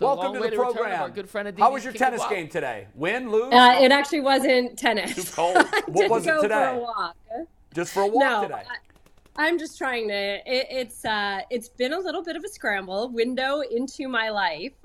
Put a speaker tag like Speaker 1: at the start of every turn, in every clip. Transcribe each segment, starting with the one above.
Speaker 1: Welcome
Speaker 2: long
Speaker 1: to
Speaker 2: way
Speaker 1: the
Speaker 2: to return of
Speaker 1: program.
Speaker 2: our good friend Aditi
Speaker 1: How was your
Speaker 2: Kimball.
Speaker 1: tennis game today? Win, lose?
Speaker 3: Uh, it actually wasn't tennis.
Speaker 2: Too cold.
Speaker 3: I
Speaker 1: What
Speaker 3: did
Speaker 1: was it
Speaker 3: go
Speaker 1: today?
Speaker 3: for a walk.
Speaker 1: Just for a walk
Speaker 3: No,
Speaker 1: today.
Speaker 3: I, am just trying to. It, it's uh, it's been a little bit of a scramble window into my life.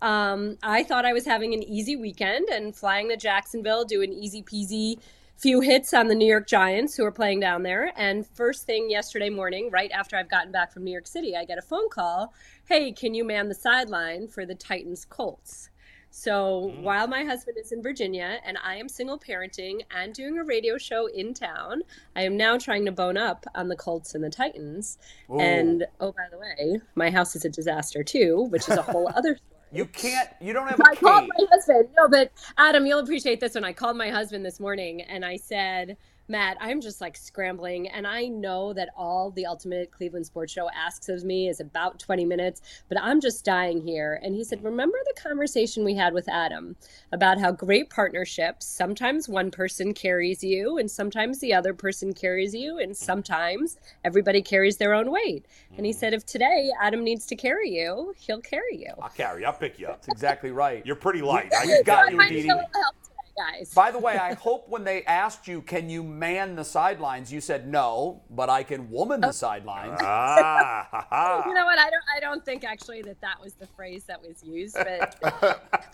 Speaker 3: Um, I thought I was having an easy weekend and flying to Jacksonville, do an easy peasy few hits on the New York Giants who are playing down there. And first thing yesterday morning, right after I've gotten back from New York City, I get a phone call. Hey, can you man the sideline for the Titans Colts? So while my husband is in Virginia and I am single parenting and doing a radio show in town, I am now trying to bone up on the Colts and the Titans.
Speaker 1: Ooh.
Speaker 3: And oh, by the way, my house is a disaster too, which is a whole other story.
Speaker 1: you can't, you don't have
Speaker 3: I
Speaker 1: a
Speaker 3: called
Speaker 1: key.
Speaker 3: my husband. No, but Adam, you'll appreciate this one. I called my husband this morning and I said, Matt, I'm just like scrambling. And I know that all the Ultimate Cleveland Sports Show asks of me is about 20 minutes, but I'm just dying here. And he said, Remember the conversation we had with Adam about how great partnerships, sometimes one person carries you and sometimes the other person carries you, and sometimes everybody carries their own weight. And he said, If today Adam needs to carry you, he'll carry you.
Speaker 4: I'll carry. you. I'll pick you up.
Speaker 1: That's exactly right.
Speaker 4: You're pretty light.
Speaker 1: We-
Speaker 4: I
Speaker 1: we've
Speaker 4: can
Speaker 1: got
Speaker 4: carry
Speaker 1: you,
Speaker 3: I'm
Speaker 1: Dee
Speaker 3: trying
Speaker 1: Dee.
Speaker 3: to show help today, guys.
Speaker 1: By the way, I hope when they asked you, can you man the sidelines, you said no, but I can woman
Speaker 3: Uh,
Speaker 1: the sidelines.
Speaker 4: Ah, ha, ha.
Speaker 3: you know what? I don't. I don't think actually that that was the phrase that was used, but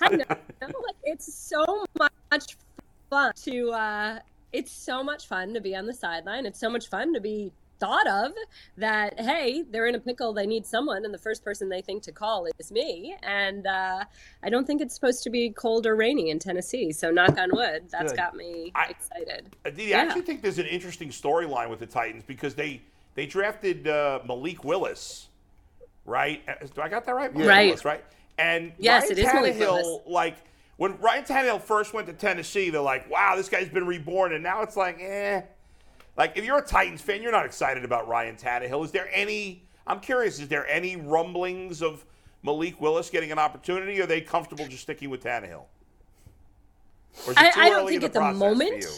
Speaker 3: I know. you know, Like it's so much fun to. Uh, it's so much fun to be on the sideline. It's so much fun to be thought of that hey they're in a pickle they need someone and the first person they think to call is me and uh, i don't think it's supposed to be cold or rainy in tennessee so knock on wood that's
Speaker 1: Good.
Speaker 3: got me
Speaker 4: I-
Speaker 3: excited
Speaker 4: Aditi,
Speaker 3: Yeah.
Speaker 4: I actually think there's an interesting storyline with the Titans because they they drafted uh, Malik Willis, right? Uh, Do I got that right? Malik
Speaker 3: Right.
Speaker 4: Willis, right. And
Speaker 3: Yes,
Speaker 4: Ryan
Speaker 3: it is Malik
Speaker 4: Tannehill,
Speaker 3: Willis.
Speaker 4: like when Ryan Tannehill first went to Tennessee, they're like, "Wow, this guy's been reborn," and now it's like, eh. Like if you're a Titans fan, you're not excited about Ryan Tannehill. Is there any? I'm curious. Is there any rumblings of Malik Willis getting an opportunity? Or are they comfortable just sticking with Tannehill? Or is it
Speaker 3: I,
Speaker 4: too
Speaker 3: I don't
Speaker 4: early in
Speaker 3: think at the
Speaker 4: process for
Speaker 3: moment.
Speaker 4: you?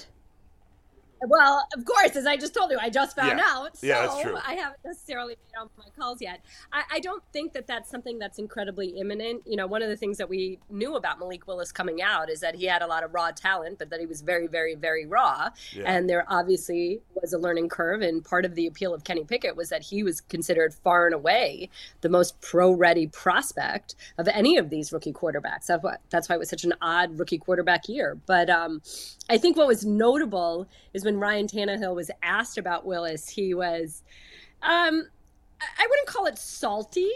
Speaker 3: Well, of course, as I just told you, I just found
Speaker 4: Yeah.
Speaker 3: out. So
Speaker 4: Yeah, that's true.
Speaker 3: I haven't necessarily made all my calls yet. I, I don't think that that's something that's incredibly imminent. You know, one of the things that we knew about Malik Willis coming out is that he had a lot of raw talent, but that he was very, very, very raw.
Speaker 4: Yeah.
Speaker 3: And there obviously was a learning curve. And part of the appeal of Kenny Pickett was that he was considered far and away the most pro ready prospect of any of these rookie quarterbacks. That's why, that's why it was such an odd rookie quarterback year. But um, I think what was notable is when Ryan Tannehill was asked about Willis, he was, um, I- I wouldn't call it salty,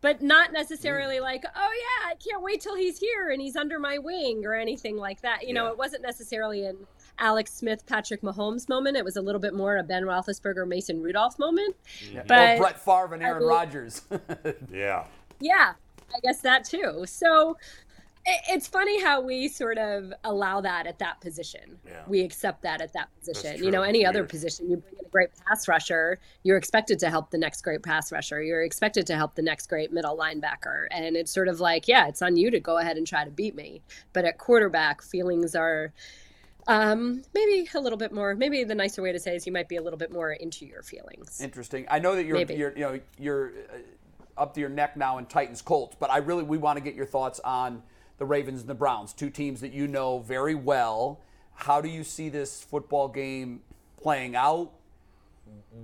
Speaker 3: but not necessarily like, oh yeah, I can't wait till he's here and he's under my wing or anything like that. You know,
Speaker 4: Yeah.
Speaker 3: it wasn't necessarily an Alex Smith, Patrick Mahomes moment. It was a little bit more a Ben Roethlisberger, Mason Rudolph moment.
Speaker 1: or
Speaker 3: But-
Speaker 1: Brett Favre and
Speaker 3: I
Speaker 1: Aaron
Speaker 3: mean-
Speaker 1: Rodgers.
Speaker 4: Yeah.
Speaker 3: Yeah, I guess that too. So i- it's funny how we sort of allow that at that position.
Speaker 4: Yeah.
Speaker 3: We accept that at that position. You
Speaker 4: true.
Speaker 3: know, any
Speaker 4: It's
Speaker 3: other
Speaker 4: weird.
Speaker 3: position, you bring in a great pass rusher, you're expected to help the next great pass rusher. You're expected to help the next great middle linebacker. And it's sort of like, yeah, it's on you to go ahead and try to beat me. But at quarterback, feelings are um, maybe a little bit more, maybe the nicer way to say is you might be a little bit more into your feelings.
Speaker 1: Interesting. I know that you're,
Speaker 3: Maybe.
Speaker 1: you're you know you're uh, up to your neck now in Titans Colts, but I really we want to get your thoughts on the Ravens and the Browns, two teams that you know very well. How do you see this football game playing out?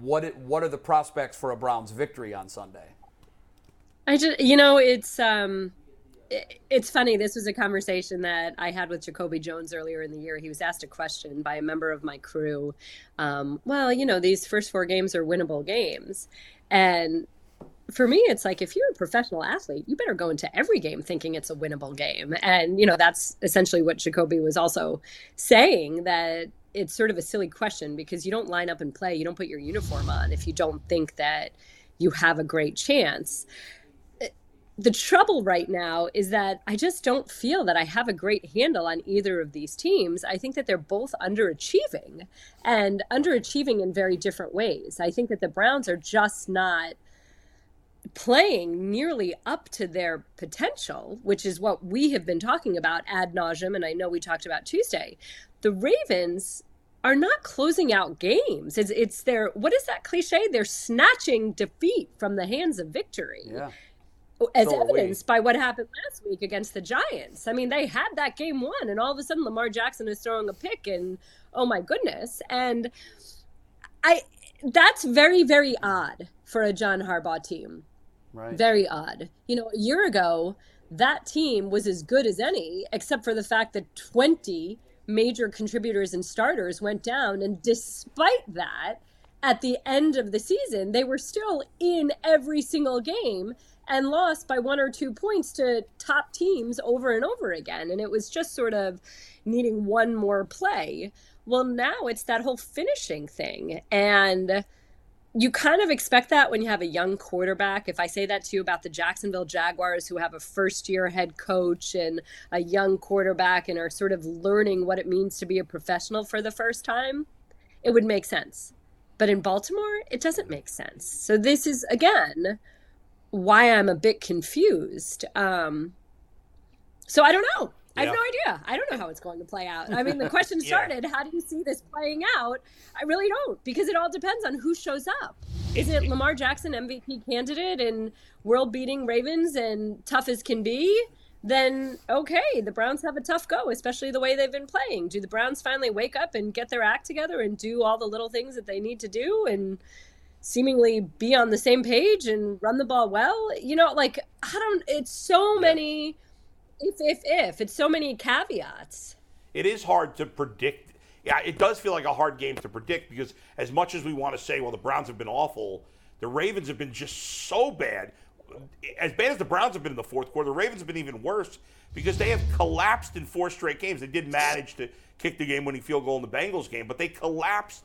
Speaker 1: What it, what are the prospects for a Browns victory on Sunday?
Speaker 3: I just, you know, it's um, it, it's funny. This was a conversation that I had with Jacoby Jones earlier in the year. He was asked a question by a member of my crew. Um, well, you know, these first four games are winnable games, and for me, it's like if you're a professional athlete, you better go into every game thinking it's a winnable game. And, you know, that's essentially what Jacoby was also saying that it's sort of a silly question because you don't line up and play, you don't put your uniform on if you don't think that you have a great chance. The trouble right now is that I just don't feel that I have a great handle on either of these teams. I think that they're both underachieving and underachieving in very different ways. I think that the Browns are just not playing nearly up to their potential, which is what we have been talking about ad nauseum, and I know we talked about Tuesday. The Ravens are not closing out games. It's it's their what is that cliche? They're snatching defeat from the hands of victory.
Speaker 1: Yeah.
Speaker 3: as
Speaker 1: So are we.
Speaker 3: evidenced by what happened last week against the Giants. I mean, they had that game won, and all of a sudden Lamar Jackson is throwing a pick, and oh my goodness! And I, that's very, very odd for a John Harbaugh team.
Speaker 1: Right.
Speaker 3: Very odd. You know, a year ago, that team was as good as any, except for the fact that 20 major contributors and starters went down. And despite that, at the end of the season, they were still in every single game and lost by one or two points to top teams over and over again. And it was just sort of needing one more play. Well, now it's that whole finishing thing. And you kind of expect that when you have a young quarterback. If I say that to you about the Jacksonville Jaguars, who have a first year head coach and a young quarterback and are sort of learning what it means to be a professional for the first time, it would make sense. But in Baltimore, it doesn't make sense. So, this is again why I'm a bit confused. Um, so, I don't know. I have
Speaker 4: Yeah.
Speaker 3: no idea. I don't know how it's going to play out. I mean, the question
Speaker 4: Yeah.
Speaker 3: started how do you see this playing out? I really don't because it all depends on who shows up. Is it Lamar Jackson MVP candidate and world beating Ravens and tough as can be? Then okay, the Browns have a tough go, especially the way they've been playing. Do the Browns finally wake up and get their act together and do all the little things that they need to do and seemingly be on the same page and run the ball well? You know, like I don't it's so many if if if it's so many caveats.
Speaker 4: it is hard to predict. Yeah, it does feel like a hard game to predict because as much as we want to say, well, the Browns have been awful, the Ravens have been just so bad. As bad as the Browns have been in the fourth quarter, the Ravens have been even worse because they have collapsed in four straight games. They did manage to kick the game-winning field goal in the Bengals game, but they collapsed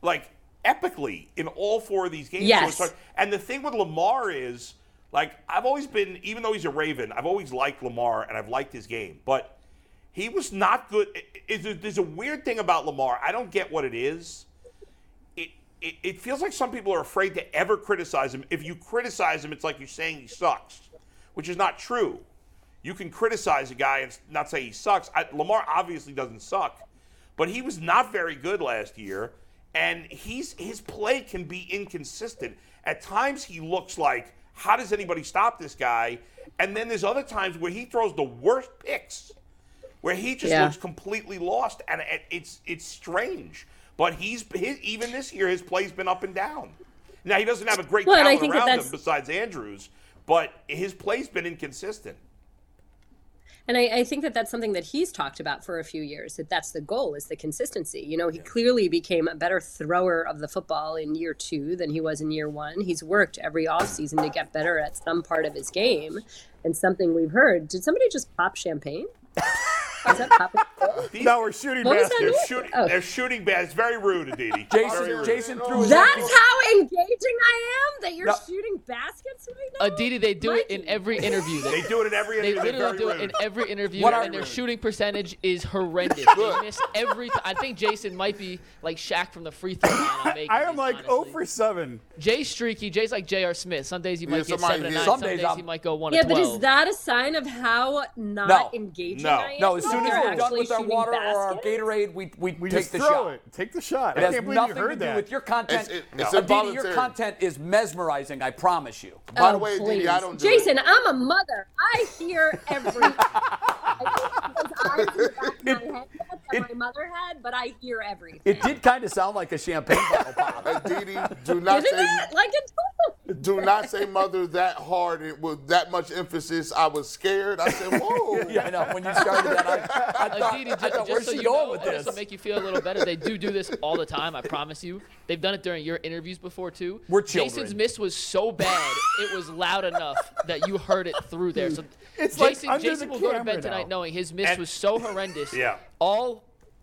Speaker 4: like epically in all four of these games. So it's
Speaker 3: Yes.
Speaker 4: hard- and the thing with Lamar is, like, I've always been, even though he's a Raven, I've always liked Lamar and I've liked his game, but he was not good. i- i- is- There's a weird thing about Lamar. I don't get what it is. It, it it feels like some people are afraid to ever criticize him. If you criticize him, it's like you're saying he sucks, which is not true. You can criticize a guy and s- not say he sucks. I, Lamar obviously doesn't suck, but he was not very good last year, and he's his play can be inconsistent. At times, he looks like how does anybody stop this guy? And then there's other times where he throws the worst picks where he just
Speaker 3: Yeah.
Speaker 4: looks completely lost, and it- it's it's strange. But he's his, even this year, his play's been up and down. Now he doesn't have a great
Speaker 3: Well, and I
Speaker 4: talent
Speaker 3: think that
Speaker 4: around him
Speaker 3: that's-
Speaker 4: besides Andrews, but his play's been inconsistent.
Speaker 3: And I, I think that that's something that he's talked about for a few years. That that's the goal is the consistency. You know, he clearly became a better thrower of the football in year two than he was in year one. He's worked every offseason to get better at some part of his game. And something we've heard. Did somebody just pop champagne? Is that popping?
Speaker 2: No, we're shooting
Speaker 3: What was that
Speaker 2: baskets.
Speaker 4: They're
Speaker 3: noise?
Speaker 4: shooting.
Speaker 3: Oh.
Speaker 4: They're shooting bad. It's very rude, Aditi. Very
Speaker 1: Jason,
Speaker 4: rude.
Speaker 1: Jason threw his
Speaker 3: That's how engaging I am that you're
Speaker 1: No.
Speaker 3: shooting baskets right now.
Speaker 5: Aditi, they do it in
Speaker 3: Mikey.
Speaker 5: every interview.
Speaker 4: They
Speaker 5: They,
Speaker 4: do it in every
Speaker 5: they
Speaker 4: interview. They're
Speaker 5: literally
Speaker 4: very
Speaker 5: do
Speaker 4: rude.
Speaker 5: it in every interview,
Speaker 1: What are-
Speaker 5: and their shooting percentage is horrendous. They miss every. T- I think Jason might be like Shaq from the free throw line. on making
Speaker 2: I am
Speaker 5: these,
Speaker 2: like
Speaker 5: honestly.
Speaker 2: 0 for 7.
Speaker 5: Jay Streaky. Jay's like J.R. Smith. Some days he might get
Speaker 6: somebody
Speaker 5: seven and
Speaker 6: is.
Speaker 5: nine.
Speaker 1: Some
Speaker 5: Some,
Speaker 1: days
Speaker 5: days,
Speaker 1: I'm-
Speaker 5: he might go one
Speaker 3: yeah,
Speaker 5: to
Speaker 3: but
Speaker 5: twelve.
Speaker 3: is that a sign of how
Speaker 1: No.
Speaker 3: not engaging
Speaker 4: No.
Speaker 3: I am?
Speaker 1: No, as soon as
Speaker 3: They're
Speaker 1: we're done
Speaker 3: actually
Speaker 1: with our
Speaker 3: shooting
Speaker 1: water or our
Speaker 3: baskets?
Speaker 1: Gatorade, we we,
Speaker 2: We
Speaker 1: take
Speaker 2: just
Speaker 1: the
Speaker 2: throw
Speaker 1: shot.
Speaker 2: it. Take the shot.
Speaker 1: It
Speaker 2: I
Speaker 1: has
Speaker 2: can't believe you
Speaker 1: nothing to
Speaker 2: heard
Speaker 1: do
Speaker 2: that.
Speaker 1: with your content.
Speaker 6: It's- it- it's
Speaker 1: Aditi, your
Speaker 6: involuntary.
Speaker 1: content is mesmerizing. I promise you. Um,
Speaker 6: By the
Speaker 3: Oh,
Speaker 6: way,
Speaker 3: please.
Speaker 6: Didi, I don't do it.
Speaker 3: Jason, I'm a mother. I hear everything. I think because I was in the back of my head
Speaker 1: it-
Speaker 3: that my mother had, but I hear everything.
Speaker 1: It did kind of sound like a champagne bottle pop.
Speaker 6: Aditi, do not
Speaker 3: Isn't
Speaker 6: say
Speaker 3: it? Like it's
Speaker 6: do not say mother that hard and with that much emphasis. I was scared. I said, whoa.
Speaker 1: Yeah, I know. When you started that, I, I thought,
Speaker 5: Aditi,
Speaker 1: I
Speaker 5: ju-
Speaker 1: thought
Speaker 5: just
Speaker 1: where's
Speaker 5: so
Speaker 1: she
Speaker 5: you
Speaker 1: going
Speaker 5: know,
Speaker 1: with
Speaker 5: and
Speaker 1: this?
Speaker 5: will make you feel a little better. They do do this all the time. I promise you. They've done it during your interviews before too.
Speaker 1: We're
Speaker 5: Jason's
Speaker 1: children.
Speaker 5: miss was so bad, it was loud enough that you heard it through there. So
Speaker 2: It's like
Speaker 5: Jason,
Speaker 2: under
Speaker 5: Jason
Speaker 2: the
Speaker 5: will go to
Speaker 2: camera
Speaker 5: bed tonight
Speaker 2: now.
Speaker 5: knowing his miss
Speaker 4: And-
Speaker 5: was so horrendous.
Speaker 4: Yeah.
Speaker 5: All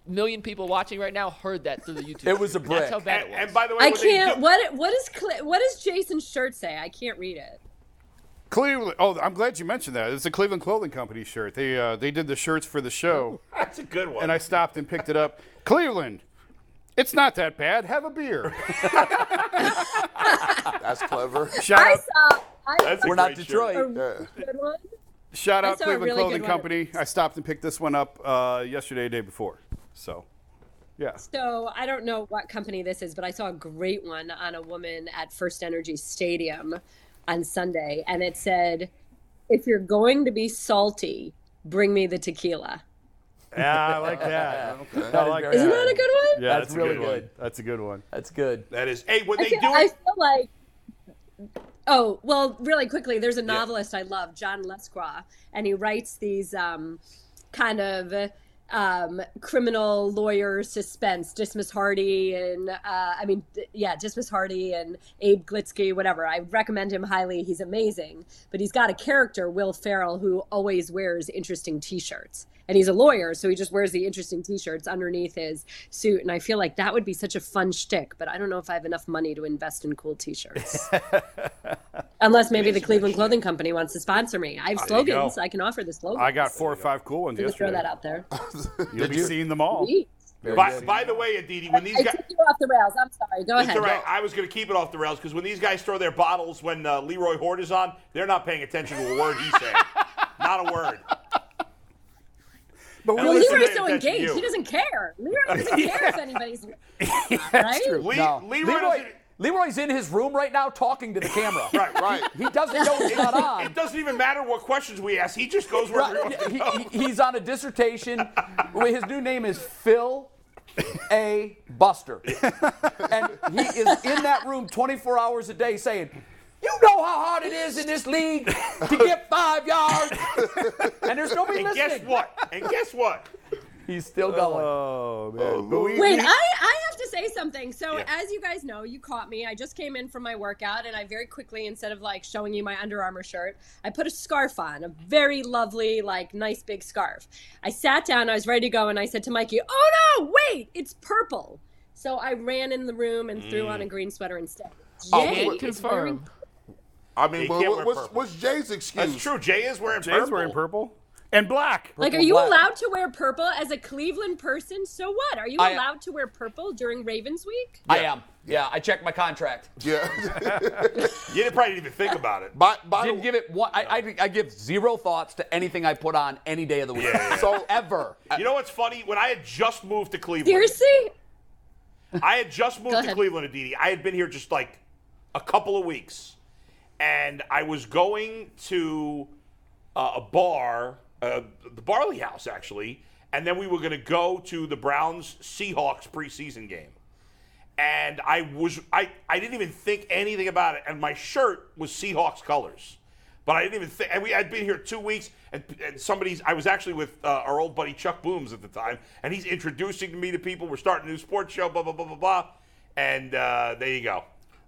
Speaker 5: million people watching right now heard that through the YouTube.
Speaker 1: It was a brick.
Speaker 5: That's how bad
Speaker 4: And,
Speaker 5: it was.
Speaker 4: and by the way,
Speaker 3: I
Speaker 4: when they
Speaker 3: can't.
Speaker 4: do-
Speaker 3: What what is Cl- what does Jason's shirt say? I can't read it.
Speaker 2: Cleveland. Oh, I'm glad you mentioned that. It's a Cleveland Clothing Company shirt. They uh, they did the shirts for the show,
Speaker 4: That's a good one.
Speaker 2: and I stopped and picked it up. Cleveland. It's not that bad. Have a beer.
Speaker 6: That's clever.
Speaker 2: Shout
Speaker 3: I
Speaker 2: out,
Speaker 3: saw. I
Speaker 4: That's a
Speaker 1: We're not
Speaker 4: great shirt.
Speaker 1: Detroit.
Speaker 3: saw a
Speaker 6: uh,
Speaker 3: really good one.
Speaker 2: shout
Speaker 3: I
Speaker 2: out
Speaker 3: saw a
Speaker 2: Cleveland
Speaker 3: really
Speaker 2: Clothing
Speaker 3: good one.
Speaker 2: Company. I stopped and picked this one up uh, yesterday, day before. So, yeah.
Speaker 3: So I don't know what company this is, but I saw a great one on a woman at First Energy Stadium on Sunday, and it said, if you're going to be salty, bring me the tequila.
Speaker 2: Yeah, I like that.
Speaker 1: That
Speaker 2: I
Speaker 1: is
Speaker 2: like
Speaker 1: very
Speaker 2: that.
Speaker 3: Isn't that a good one?
Speaker 2: Yeah,
Speaker 1: That's
Speaker 2: that's,
Speaker 1: really
Speaker 2: a good, one.
Speaker 1: good.
Speaker 2: That's a good one.
Speaker 1: That's good.
Speaker 4: That is. Hey, what
Speaker 3: I
Speaker 4: they
Speaker 3: feel,
Speaker 4: do?
Speaker 3: I feel like oh well really quickly there's a novelist i love john lescroix and he writes these um, kind of um, criminal lawyer suspense dismiss hardy and uh, i mean th- yeah dismiss hardy and abe glitzky whatever i recommend him highly he's amazing but he's got a character will farrell who always wears interesting t-shirts and he's a lawyer, so he just wears the interesting T-shirts underneath his suit. And I feel like that would be such a fun shtick, but I don't know if I have enough money to invest in cool T-shirts. Unless maybe the Cleveland Clothing Company wants to sponsor me. I have
Speaker 4: There you go.
Speaker 3: slogans. I can offer the slogans.
Speaker 2: I got four or five cool ones
Speaker 3: I'm gonna throw
Speaker 2: yesterday.
Speaker 3: that out there.
Speaker 2: You'll be seeing them all.
Speaker 3: Neat.
Speaker 4: By, by the way, Aditi, when these
Speaker 3: I
Speaker 4: guys.
Speaker 3: took you off the rails. I'm sorry. Go
Speaker 4: It's
Speaker 3: ahead.
Speaker 4: all right. I was going to keep it off the rails because when these guys throw their bottles when uh, Leroy Horde is on, they're not paying attention to a word he's saying. not a word.
Speaker 2: But we
Speaker 4: Well,
Speaker 3: Well,
Speaker 2: listen
Speaker 3: Leroy's
Speaker 4: Listen, they
Speaker 3: so
Speaker 4: attach to
Speaker 3: engaged.
Speaker 4: you.
Speaker 3: He doesn't care. Leroy doesn't care if anybody's right.
Speaker 4: Le-
Speaker 1: No.
Speaker 4: Leroy
Speaker 1: Leroy,
Speaker 4: doesn't-
Speaker 1: Leroy's in his room right now talking to the camera.
Speaker 4: Right,
Speaker 6: Right.
Speaker 1: He doesn't know it's not on.
Speaker 3: Um,
Speaker 4: It doesn't even matter what questions we ask. He just goes where we want
Speaker 1: Right.
Speaker 4: to
Speaker 1: He-
Speaker 4: go.
Speaker 1: he- he's on a dissertation. Well, His new name is Phil A. Buster. And he is in that room 24 hours a day saying, You know how hard it is in this league to get five yards. And there's nobody
Speaker 4: and
Speaker 1: listening.
Speaker 4: guess what? And guess what?
Speaker 1: He's still going.
Speaker 6: Uh,
Speaker 2: Oh man. But we-
Speaker 3: Wait,
Speaker 2: we-
Speaker 3: I, I have to say something. So,
Speaker 4: Yeah.
Speaker 3: as you guys know, you caught me. I just came in from my workout, and I very quickly, instead of like showing you my Under Armour shirt, I put a scarf on, a very lovely, like nice big scarf. I sat down, I was ready to go, and I said to Mikey, Oh no, wait, it's purple. So, I ran in the room and threw
Speaker 4: Mm.
Speaker 3: on a green sweater instead.
Speaker 6: Oh,
Speaker 5: Can't
Speaker 6: what-
Speaker 3: Yay, it's wearing-
Speaker 5: confirm.
Speaker 6: I mean,
Speaker 4: You
Speaker 6: well,
Speaker 4: can't
Speaker 6: what-
Speaker 4: wear
Speaker 6: what's,
Speaker 4: purple.
Speaker 6: what's Jay's excuse?
Speaker 4: That's true. Jay is wearing
Speaker 2: Jay's
Speaker 4: purple.
Speaker 2: wearing purple and black.
Speaker 3: Like, are you
Speaker 1: What?
Speaker 3: allowed to wear purple as a Cleveland person? So what? Are you
Speaker 1: I-
Speaker 3: allowed to wear purple during Ravens week?
Speaker 1: I am. Yeah, I checked my contract.
Speaker 6: Yeah.
Speaker 4: You didn't probably didn't even think about it.
Speaker 6: by, by the-
Speaker 1: Didn't give it one. I, I, I give zero thoughts to anything I put on any day of the week.
Speaker 4: Yeah, yeah.
Speaker 1: So ever.
Speaker 4: You know what's funny? When I had just moved to Cleveland,
Speaker 3: Seriously?
Speaker 4: I had just moved to
Speaker 3: ahead.
Speaker 4: Cleveland, Aditi. I had been here just like a couple of weeks, and I was going to uh, a bar, uh, the Barley House actually, and then we were going to go to the Browns Seahawks preseason game. And I was I, I didn't even think anything about it, and my shirt was Seahawks colors, but I didn't even think. And we I'd been here two weeks, and, and somebody's I was actually with uh, our old buddy Chuck Booms at the time, and he's introducing me to people. We're starting a new sports show, blah blah blah blah blah, and uh, there you go.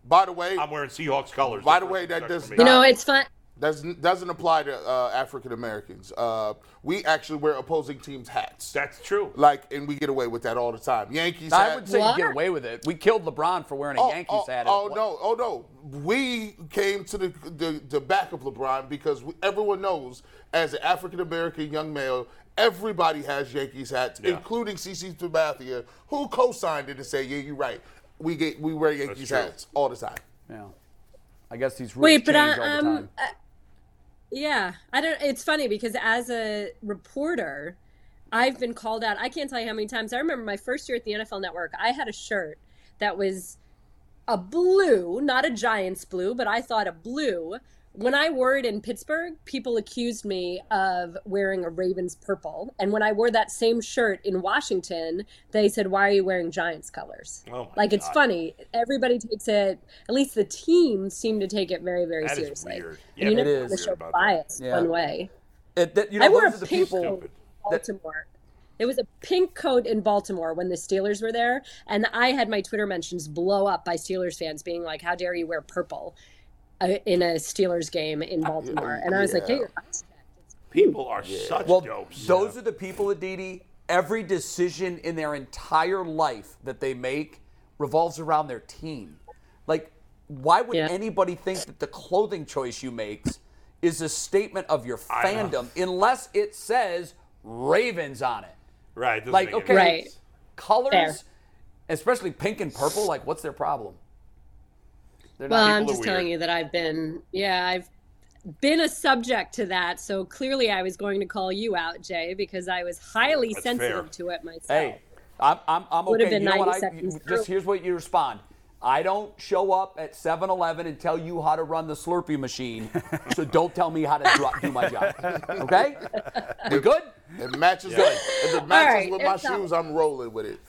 Speaker 6: by the way,
Speaker 4: I'm wearing Seahawks colors.
Speaker 6: By
Speaker 4: That's
Speaker 6: the
Speaker 4: what
Speaker 6: way,
Speaker 4: you
Speaker 6: that
Speaker 4: expect
Speaker 6: does
Speaker 4: from me.
Speaker 3: You
Speaker 6: not-
Speaker 3: know, it's fun.
Speaker 6: doesn't doesn't apply to uh, African Americans. Uh, we actually wear opposing teams' hats.
Speaker 4: That's true.
Speaker 6: like, and we get away with that all the time. Yankees.
Speaker 1: I
Speaker 6: hat.
Speaker 1: would say you
Speaker 3: What?
Speaker 1: get away with it. We killed LeBron for wearing a
Speaker 6: Oh,
Speaker 1: Yankees
Speaker 6: oh,
Speaker 1: hat. at
Speaker 6: Oh
Speaker 1: one-
Speaker 6: no! Oh no! We came to the the, the back of LeBron because we, everyone knows, as an African American young male, everybody has Yankees hats, including CC Sabathia, who co-signed it and said, "Yeah, you're right. We get we wear Yankees
Speaker 4: true.
Speaker 6: hats all the time."
Speaker 1: Yeah. I guess these rules
Speaker 3: Wait, but I,
Speaker 1: change all the
Speaker 3: um,
Speaker 1: time.
Speaker 3: uh, yeah, I don't. It's funny because as a reporter, I've been called out. I can't tell you how many times. I remember my first year at the NFL Network. I had a shirt that was a blue, not a Giants blue, but I thought a blue. When I wore it in Pittsburgh, people accused me of wearing a Ravens purple. And when I wore that same shirt in Washington, they said, Why are you wearing Giants colors?
Speaker 4: Oh my
Speaker 3: like, it's
Speaker 4: God.
Speaker 3: funny. Everybody takes it, at least the team seemed to take it very, very
Speaker 4: That is
Speaker 3: seriously.
Speaker 4: weird.
Speaker 3: And
Speaker 4: Yeah,
Speaker 3: you
Speaker 4: it
Speaker 3: never want to
Speaker 1: is.
Speaker 3: show
Speaker 4: Weird about that.
Speaker 3: bias
Speaker 1: Yeah.
Speaker 3: one way.
Speaker 1: It- that- you know,
Speaker 3: I wore
Speaker 1: those
Speaker 3: a
Speaker 1: are the
Speaker 3: pink
Speaker 1: people.
Speaker 3: coat in Baltimore. It was a pink coat in Baltimore when the Steelers were there, and I had my Twitter mentions blow up by Steelers fans being like, "How dare you wear purple uh, in a Steelers game in
Speaker 1: Uh,
Speaker 3: Baltimore?" And I was like, "Hey,
Speaker 6: yeah.
Speaker 3: you're
Speaker 4: People are such
Speaker 1: Well,
Speaker 4: dopes.
Speaker 1: those are the people, Aditi. Every decision in their entire life that they make revolves around their team. Like, why would
Speaker 3: Yeah.
Speaker 1: anybody think that the clothing choice you make is a statement of your fandom unless it says Ravens on it?
Speaker 4: right. it doesn't
Speaker 1: Like,
Speaker 4: make any
Speaker 1: okay,
Speaker 3: Right.
Speaker 1: colors,
Speaker 3: Fair.
Speaker 1: especially pink and purple, like, what's their problem? They're
Speaker 3: Well,
Speaker 1: not
Speaker 3: I'm
Speaker 4: people are
Speaker 3: just telling
Speaker 4: weird.
Speaker 3: you that I've been, yeah, I've been a subject to that. So clearly, I was going to call you out, Jay, because I was highly
Speaker 4: That's fair.
Speaker 3: sensitive to it myself.
Speaker 1: Hey, I'm, I'm, I'm
Speaker 3: Would've
Speaker 1: okay.
Speaker 3: been
Speaker 1: You know what?
Speaker 3: 90
Speaker 1: I,
Speaker 3: seconds
Speaker 1: you- just here's what you respond. I don't show up at 7 Eleven and tell you how to run the Slurpee machine. so don't tell me how to dro- do my job. Okay? We good?
Speaker 6: It matches up. If it matches
Speaker 3: right,
Speaker 6: with my
Speaker 3: it's up.
Speaker 6: shoes, I'm rolling with it.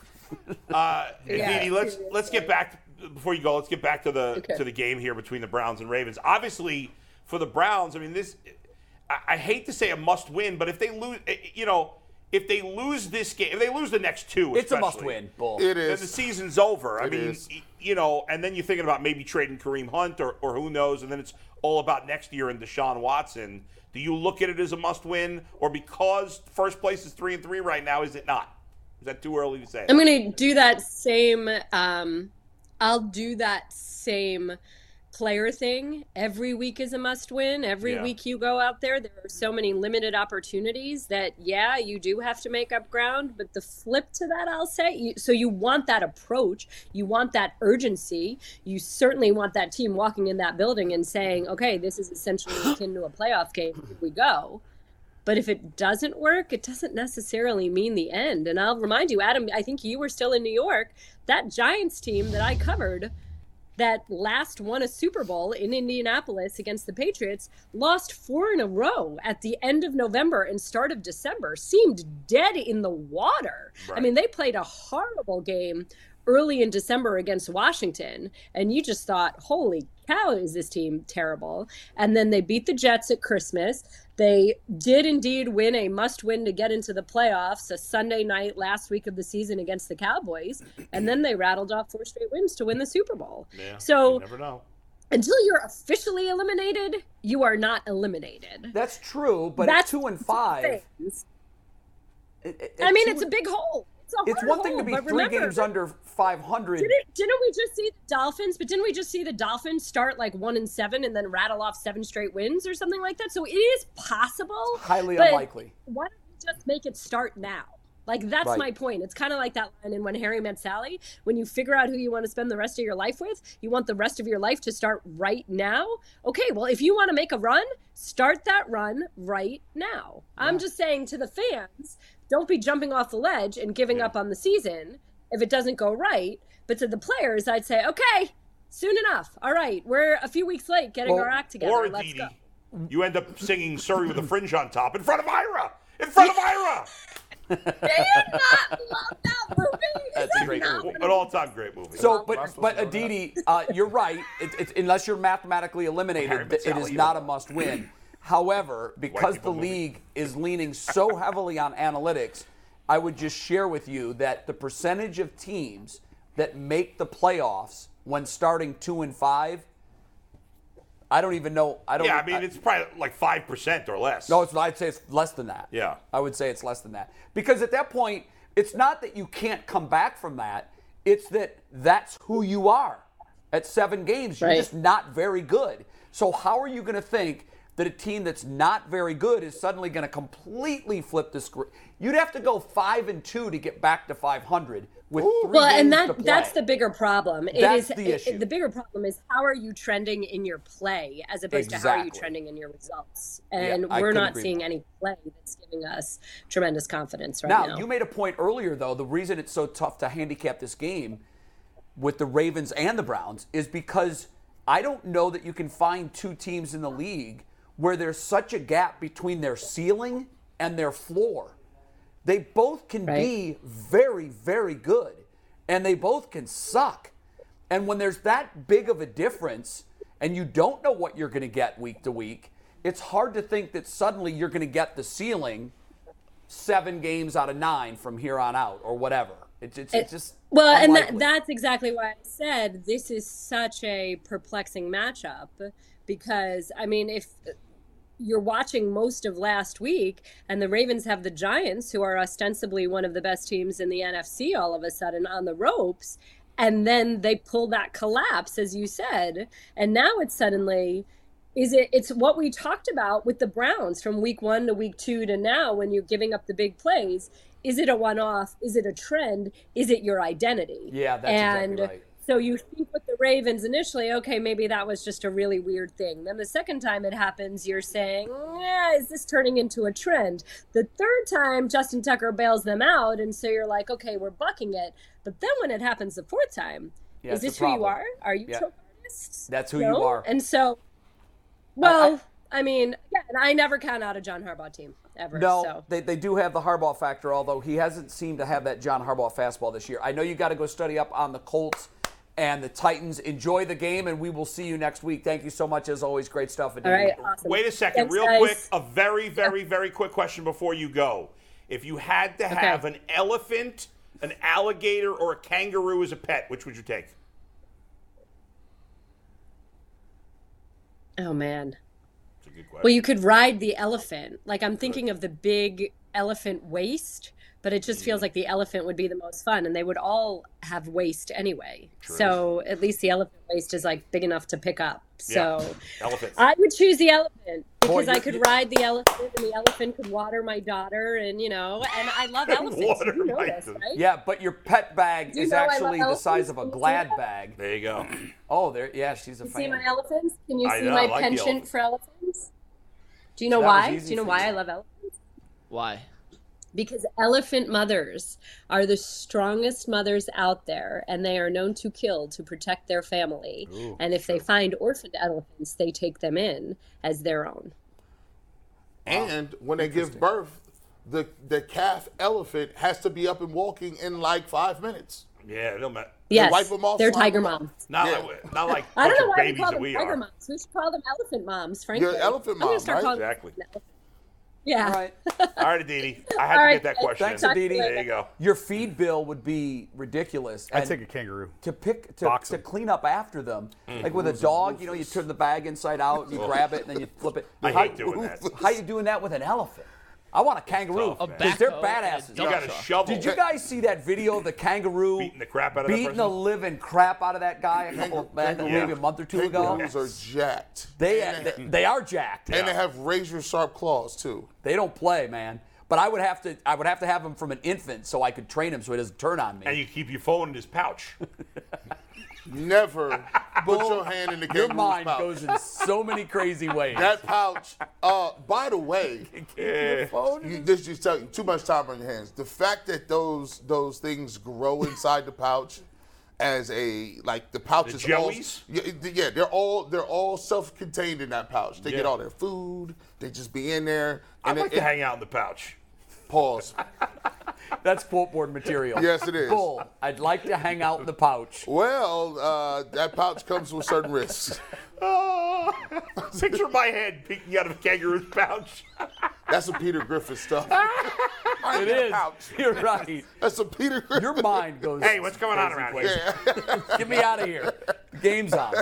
Speaker 3: Yeah.
Speaker 4: Didi, let's let's get back before you go. Let's get back to the
Speaker 3: Okay.
Speaker 4: to the game here between the Browns and Ravens. Obviously, for the Browns, I mean this. I, I hate to say a must win, but if they lose, you know, if they lose this game, if they lose the next two,
Speaker 1: It's a
Speaker 4: especially,
Speaker 1: must win, Bull.
Speaker 6: It
Speaker 4: Then the
Speaker 6: is.
Speaker 4: season's over. I
Speaker 6: It
Speaker 4: mean,
Speaker 6: is.
Speaker 4: y- you know, and then you're thinking about maybe trading Kareem Hunt or, or who knows, and then it's all about next year and Deshaun Watson. Do you look at it as a must win, or because first place is three and three right now, is it not? Is that too early to say?
Speaker 3: I'm gonna do that same. Um, I'll do that same player thing. Every week is a must win. Every
Speaker 4: Yeah.
Speaker 3: week you go out there, there are so many limited opportunities that yeah, you do have to make up ground. But the flip to that, I'll say, you, so you want that approach, you want that urgency, you certainly want that team walking in that building and saying, okay, this is essentially akin to a playoff game. Here we go. But if it doesn't work, it doesn't necessarily mean the end. And I'll remind you, Adam, I think you were still in New York. That Giants team that I covered that last won a Super Bowl in Indianapolis against the Patriots lost four in a row at the end of November and start of December, seemed dead in the water. I mean, they played a horrible game early in December against Washington, and you just thought, holy cow, is this team terrible? And then they beat the Jets at Christmas. They did indeed win a must win to get into the playoffs a Sunday night last week of the season against the Cowboys, and then they rattled off four straight wins to win the Super Bowl. so
Speaker 4: never know.
Speaker 3: until you're officially eliminated, you are not eliminated.
Speaker 1: That's true, but at
Speaker 3: That's
Speaker 1: two and five.
Speaker 3: Things.
Speaker 1: it- it-
Speaker 3: I mean,
Speaker 1: two
Speaker 3: it's a
Speaker 1: and-
Speaker 3: big hole. It's, a
Speaker 1: It's
Speaker 3: hard
Speaker 1: one thing to
Speaker 3: hole,
Speaker 1: be
Speaker 3: but
Speaker 1: three
Speaker 3: remember,
Speaker 1: games under 500.
Speaker 3: Didn't, didn't we just see the Dolphins? But didn't we just see the Dolphins start like one and seven and then rattle off seven straight wins or something like that? So it is possible.
Speaker 1: Highly
Speaker 3: but
Speaker 1: unlikely.
Speaker 3: Why don't we just make it start now? Like that's
Speaker 1: Right.
Speaker 3: my point. It's kind of like that line in When Harry Met Sally. When you figure out who you want to spend the rest of your life with, you want the rest of your life to start right now. Okay, well, if you want to make a run, start that run right now. I'm just saying to the fans, don't be jumping off the ledge and giving up on the season if it doesn't go right. But to the players, I'd say, okay, soon enough. All right, we're a few weeks late getting
Speaker 1: Well,
Speaker 3: our act together.
Speaker 4: Or
Speaker 3: Let's
Speaker 4: Didi,
Speaker 3: go.
Speaker 4: you end up singing Surrey with a fringe on top in front of Ira. In front of Ira.
Speaker 3: Do you not love that movie? Is
Speaker 1: That's
Speaker 3: that
Speaker 1: a great
Speaker 3: not-
Speaker 1: movie.
Speaker 4: An all-time great movie.
Speaker 1: So, but
Speaker 6: supposed
Speaker 1: but
Speaker 6: to know that?
Speaker 1: Aditi, uh, you're right. It, it's unless you're mathematically
Speaker 4: Harry
Speaker 1: eliminated, th- it
Speaker 4: Mazzali,
Speaker 1: is
Speaker 4: you
Speaker 1: not a
Speaker 4: know.
Speaker 1: must win. However, because the
Speaker 4: people movie.
Speaker 1: league is leaning so heavily on analytics, I would just share with you that the percentage of teams that make the playoffs when starting two and five, I don't even know. I don't.
Speaker 4: yeah, I mean it's probably like five percent or less.
Speaker 1: No, it's, I'd say it's less than that.
Speaker 4: Yeah.
Speaker 1: I would say it's less than that. Because at that point, it's not that you can't come back from that, it's that that's who you are. At seven games, you're
Speaker 3: Right.
Speaker 1: just not very good. So, how are you going to think that a team that's not very good is suddenly going to completely flip the script? You'd have to go five and two to get back to 500 with three
Speaker 3: Well,
Speaker 1: games
Speaker 3: and that
Speaker 1: to
Speaker 3: that's
Speaker 1: play.
Speaker 3: the bigger problem. It
Speaker 1: That's
Speaker 3: is
Speaker 1: the
Speaker 3: it-
Speaker 1: issue.
Speaker 3: the bigger problem is how are you trending in your play as opposed to how are you
Speaker 1: Exactly.
Speaker 3: trending in your results? And
Speaker 1: I
Speaker 3: we're
Speaker 1: couldn't
Speaker 3: not
Speaker 1: agree
Speaker 3: seeing
Speaker 1: more.
Speaker 3: any play that's giving us tremendous confidence right
Speaker 1: Now,
Speaker 3: now.
Speaker 1: you made a point earlier, though. The reason it's so tough to handicap this game with the Ravens and the Browns is because I don't know that you can find two teams in the league where there's such a gap between their ceiling and their floor. They both can be very, very good, and they both can suck. And when there's that big of a difference and you don't know what you're going to get week to week, it's hard to think that suddenly you're going to get the ceiling seven games out of nine from here on out or whatever. It's, it's, it's just.
Speaker 3: Well, and that,
Speaker 1: unlikely.
Speaker 3: that's exactly why I said this is such a perplexing matchup because, I mean, if you're watching most of last week and the Ravens have the Giants, who are ostensibly one of the best teams in the NFC, all of a sudden on the ropes, and then they pull that collapse, as you said, and now it's suddenly. Is it? It's what we talked about with the Browns from week one to week two to now. When you're giving up the big plays, is it a one-off? Is it a trend? Is it your identity?
Speaker 1: Yeah, that's
Speaker 3: and
Speaker 1: exactly right.
Speaker 3: so you think with the Ravens initially, okay, maybe that was just a really weird thing. Then the second time it happens, you're saying, yeah, is this turning into a trend? The third time, Justin Tucker bails them out, and so you're like, okay, we're bucking it. But then when it happens the fourth time,
Speaker 1: Yeah,
Speaker 3: is
Speaker 1: it's
Speaker 3: this
Speaker 1: a
Speaker 3: who you
Speaker 1: problem.
Speaker 3: are? Are you
Speaker 1: Yeah.
Speaker 3: trope artists?
Speaker 1: That's who you are.
Speaker 3: And so, well, I, mean, yeah, and I never count out a John Harbaugh team ever.
Speaker 1: No,
Speaker 3: so.
Speaker 1: they, they do have the Harbaugh factor, although he hasn't seemed to have that John Harbaugh fastball this year. I know you got to go study up on the Colts and the Titans. Enjoy the game, and we will see you next week. Thank you so much, as always. Great stuff.
Speaker 3: All right, awesome.
Speaker 4: Wait a second,
Speaker 3: Thanks,
Speaker 4: real
Speaker 3: guys.
Speaker 4: quick. uh, A very, very, very quick question before you go. If you had to have an elephant, an alligator, or a kangaroo as a pet, which would you take?
Speaker 3: Oh man.
Speaker 4: It's a good question.
Speaker 3: Well, you could ride the elephant. Like I'm thinking of the big elephant waist, but it just
Speaker 4: Mm.
Speaker 3: feels like the elephant would be the most fun, and they would all have waist anyway. So at least the elephant waist is like big enough to pick up.
Speaker 4: Yeah.
Speaker 3: So
Speaker 4: Elephant.
Speaker 3: I would choose the elephant because
Speaker 1: Boy,
Speaker 3: I
Speaker 1: you-
Speaker 3: could
Speaker 1: you-
Speaker 3: ride the elephant, and the elephant could water my daughter, and you know, and I love elephants.
Speaker 4: Water
Speaker 3: you know
Speaker 4: my
Speaker 3: this,
Speaker 4: daughter.
Speaker 3: right?
Speaker 1: Yeah, but your pet bag
Speaker 3: You
Speaker 1: is
Speaker 3: know I love
Speaker 1: actually the size
Speaker 3: elephants.
Speaker 1: of a
Speaker 3: Can you see
Speaker 1: Glad
Speaker 3: that?
Speaker 1: bag.
Speaker 4: there you go.
Speaker 1: Oh, there. Yeah, she's a
Speaker 3: You
Speaker 1: fan.
Speaker 3: see my elephants? Can you
Speaker 4: I
Speaker 3: see
Speaker 4: know, I
Speaker 3: my
Speaker 4: like the
Speaker 3: penchant
Speaker 4: elephant.
Speaker 3: for elephants? Do you know
Speaker 1: That was
Speaker 3: why?
Speaker 1: easy
Speaker 3: Do you know
Speaker 1: for
Speaker 3: why
Speaker 1: you.
Speaker 3: I love elephants?
Speaker 5: Why?
Speaker 3: Because elephant mothers are the strongest mothers out there, and they are known to kill to protect their family. and if they find orphaned elephants, they take them in as their own.
Speaker 6: And when they give birth, the the calf elephant has to be up and walking in like five minutes.
Speaker 4: Yeah, no matter.
Speaker 3: Yes,
Speaker 6: wipe 'em off,
Speaker 3: they're
Speaker 6: wipe
Speaker 3: tiger
Speaker 6: 'em off.
Speaker 3: moms.
Speaker 4: Not
Speaker 6: Yeah.
Speaker 4: like, not like
Speaker 3: I don't
Speaker 4: bunch
Speaker 3: know
Speaker 4: of
Speaker 3: why we
Speaker 4: babies
Speaker 3: call
Speaker 4: that
Speaker 3: them
Speaker 4: we
Speaker 3: tiger
Speaker 4: are.
Speaker 3: moms. We should call them elephant moms, frankly.
Speaker 6: elephant
Speaker 3: I'm gonna
Speaker 6: mom,
Speaker 3: start
Speaker 6: right?
Speaker 3: calling them
Speaker 4: Exactly.
Speaker 3: elephant moms. Yeah.
Speaker 1: All right.
Speaker 4: All right, Aditi. I had
Speaker 3: All
Speaker 4: to
Speaker 3: right,
Speaker 4: get that
Speaker 3: guys.
Speaker 4: question.
Speaker 1: Thanks,
Speaker 4: in.
Speaker 1: Aditi.
Speaker 4: There you go.
Speaker 1: Your feed bill would be ridiculous.
Speaker 2: I'd
Speaker 1: and
Speaker 2: take a kangaroo.
Speaker 1: to pick to,
Speaker 2: Box
Speaker 1: to
Speaker 2: 'em.
Speaker 1: clean up after them,
Speaker 4: Mm-hmm.
Speaker 1: like with a dog, you know, you turn the bag inside out, and you grab it, and then you flip it.
Speaker 4: I
Speaker 1: How-
Speaker 4: hate doing that.
Speaker 1: How you doing that with an elephant? I want a kangaroo
Speaker 4: tough,
Speaker 5: man.
Speaker 1: because they're
Speaker 5: A backhoe and a
Speaker 1: badasses.
Speaker 5: dump
Speaker 4: You got a shovel.
Speaker 1: Did you guys see that video of the kangaroo
Speaker 4: Beating the crap out of that
Speaker 1: beating the
Speaker 4: person?
Speaker 1: living crap out of that guy a couple of, back-
Speaker 6: Kangaroo-
Speaker 1: maybe a month or two ago?
Speaker 6: Kangaroos are jacked.
Speaker 1: They,
Speaker 6: and
Speaker 1: they they are jacked.
Speaker 6: and they have razor sharp claws too.
Speaker 1: They don't play, man. But I would have to I would have to have him from an infant so I could train him so he doesn't turn on me.
Speaker 4: And you keep your phone in his pouch.
Speaker 6: Never put your hand in the
Speaker 1: Your
Speaker 6: kangaroo's
Speaker 1: mind
Speaker 6: pouch.
Speaker 1: goes in so many crazy ways.
Speaker 6: that pouch. Uh, by the way,
Speaker 4: Yeah.
Speaker 6: you, this just tell you too much time on your hands. The fact that those those things grow inside the pouch, as a like the pouch
Speaker 4: The
Speaker 6: is
Speaker 4: joeys?
Speaker 6: all yeah, yeah they're all they're all self-contained in that pouch. They get
Speaker 4: Yeah.
Speaker 6: all their food. They just be in there.
Speaker 4: I'd
Speaker 6: it-
Speaker 4: like
Speaker 6: it-
Speaker 4: to hang out in the pouch.
Speaker 6: pause.
Speaker 1: That's pulpboard material.
Speaker 6: Yes, it is.
Speaker 1: Bull. I'd like to hang out in the pouch.
Speaker 6: Well, uh, that pouch comes with certain risks.
Speaker 4: Oh, picture my head peeking out of a kangaroo's pouch.
Speaker 6: That's some Peter Griffin stuff. I
Speaker 1: It
Speaker 6: need a
Speaker 1: is.
Speaker 6: pouch.
Speaker 1: You're right.
Speaker 6: That's some Peter Griffin.
Speaker 1: Your mind goes.
Speaker 4: Hey, what's going on
Speaker 1: crazy
Speaker 4: around
Speaker 1: places.
Speaker 4: here?
Speaker 1: Get me out of here. The game's on.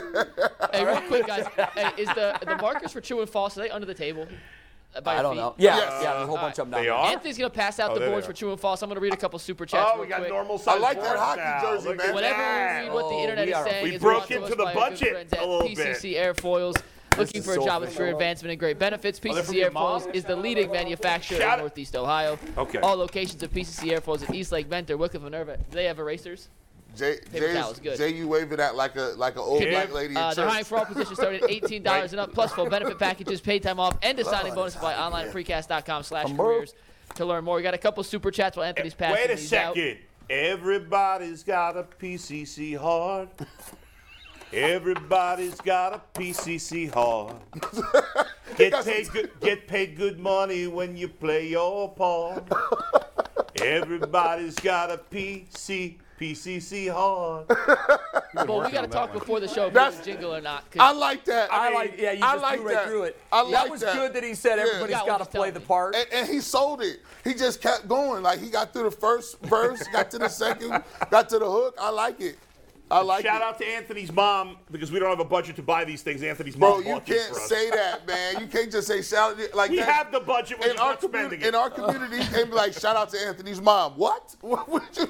Speaker 5: Hey, real quick, guys. Hey, is the the markers for true and false are they under the table? Uh, by
Speaker 1: I
Speaker 5: your
Speaker 1: don't
Speaker 5: feet?
Speaker 1: know. Yeah,
Speaker 6: Yes.
Speaker 1: yeah. There's a whole bunch of them. down
Speaker 4: They
Speaker 1: there.
Speaker 4: are?
Speaker 5: Anthony's gonna pass out
Speaker 4: Oh,
Speaker 5: the
Speaker 4: there they
Speaker 5: boards
Speaker 4: are.
Speaker 5: for true and false. I'm gonna read a couple super chats.
Speaker 4: Oh,
Speaker 5: real
Speaker 4: we got
Speaker 5: quick.
Speaker 4: normal size.
Speaker 6: I like that
Speaker 4: boards
Speaker 6: hockey
Speaker 4: now.
Speaker 6: jersey,
Speaker 4: Look
Speaker 6: man.
Speaker 4: at
Speaker 5: Whatever
Speaker 4: that.
Speaker 5: we read, what the
Speaker 1: Oh,
Speaker 5: internet
Speaker 1: we
Speaker 5: is
Speaker 1: are-
Speaker 5: saying
Speaker 1: We
Speaker 5: is
Speaker 4: broke
Speaker 5: brought to
Speaker 4: into
Speaker 5: us
Speaker 4: the
Speaker 5: by our good
Speaker 4: budget
Speaker 5: friends at
Speaker 4: a little
Speaker 5: PCC
Speaker 4: bit.
Speaker 5: Airfoils. Looking
Speaker 1: is
Speaker 5: for a
Speaker 1: so
Speaker 5: job with
Speaker 1: funny.
Speaker 5: career advancement and great benefits,
Speaker 4: they're from
Speaker 5: PCC
Speaker 4: your mom?
Speaker 5: Airfoils is the leading manufacturer
Speaker 4: Shout
Speaker 5: in
Speaker 4: it.
Speaker 5: Northeast Ohio.
Speaker 4: Okay.
Speaker 5: All locations of PCC Airfoils in East Lake, Venter, Wycliffe, Minerva. Do they have erasers?
Speaker 6: Jay,
Speaker 5: Paper towel
Speaker 6: Jay's,
Speaker 5: is good.
Speaker 6: Jay, you waving at like a like an old
Speaker 4: Yeah.
Speaker 6: black lady in
Speaker 5: Uh, they're hiring
Speaker 6: church.
Speaker 5: for all positions starting at $18 and up, plus full benefit packages, paid time off, and a signing bonus by onlinefreecast.com slash careers. To learn more, we got a couple super chats while Anthony's passing
Speaker 4: Wait a
Speaker 5: these out.
Speaker 4: second. Everybody's got a PCC heart. Everybody's got a PCC heart. Get paid, good, get paid good money when you play your part. Everybody's got a PC, PCC heart.
Speaker 5: But we got to
Speaker 2: on that
Speaker 5: talk
Speaker 2: one.
Speaker 5: before the show if
Speaker 6: That's-
Speaker 5: it's a jingle or not. 'cause
Speaker 6: I like that.
Speaker 1: I
Speaker 4: mean,
Speaker 1: like. Yeah, you
Speaker 6: I
Speaker 1: just
Speaker 6: like
Speaker 1: flew right
Speaker 6: that.
Speaker 1: through it.
Speaker 6: I like
Speaker 1: that was
Speaker 6: that.
Speaker 1: good that he said
Speaker 6: Yeah.
Speaker 1: everybody's
Speaker 5: Yeah,
Speaker 1: got to
Speaker 5: just
Speaker 1: play
Speaker 5: tell
Speaker 1: the
Speaker 5: me.
Speaker 1: part.
Speaker 6: and, and he sold it. He just kept going. Like he got through the first verse, got to the second, got to the hook. I like it. I like
Speaker 4: Shout
Speaker 6: it.
Speaker 4: out to Anthony's mom because we don't have a budget to buy these things. Anthony's
Speaker 6: Bro,
Speaker 4: mom
Speaker 6: you
Speaker 4: bought these
Speaker 6: can't
Speaker 4: for us.
Speaker 6: say that, man. You can't just say shout out like
Speaker 4: We
Speaker 6: that.
Speaker 4: have the budget, we're
Speaker 6: in
Speaker 4: just
Speaker 6: our
Speaker 4: not spending
Speaker 6: community.
Speaker 4: it.
Speaker 6: In our community, you can't be like shout out to Anthony's mom. What? What would you?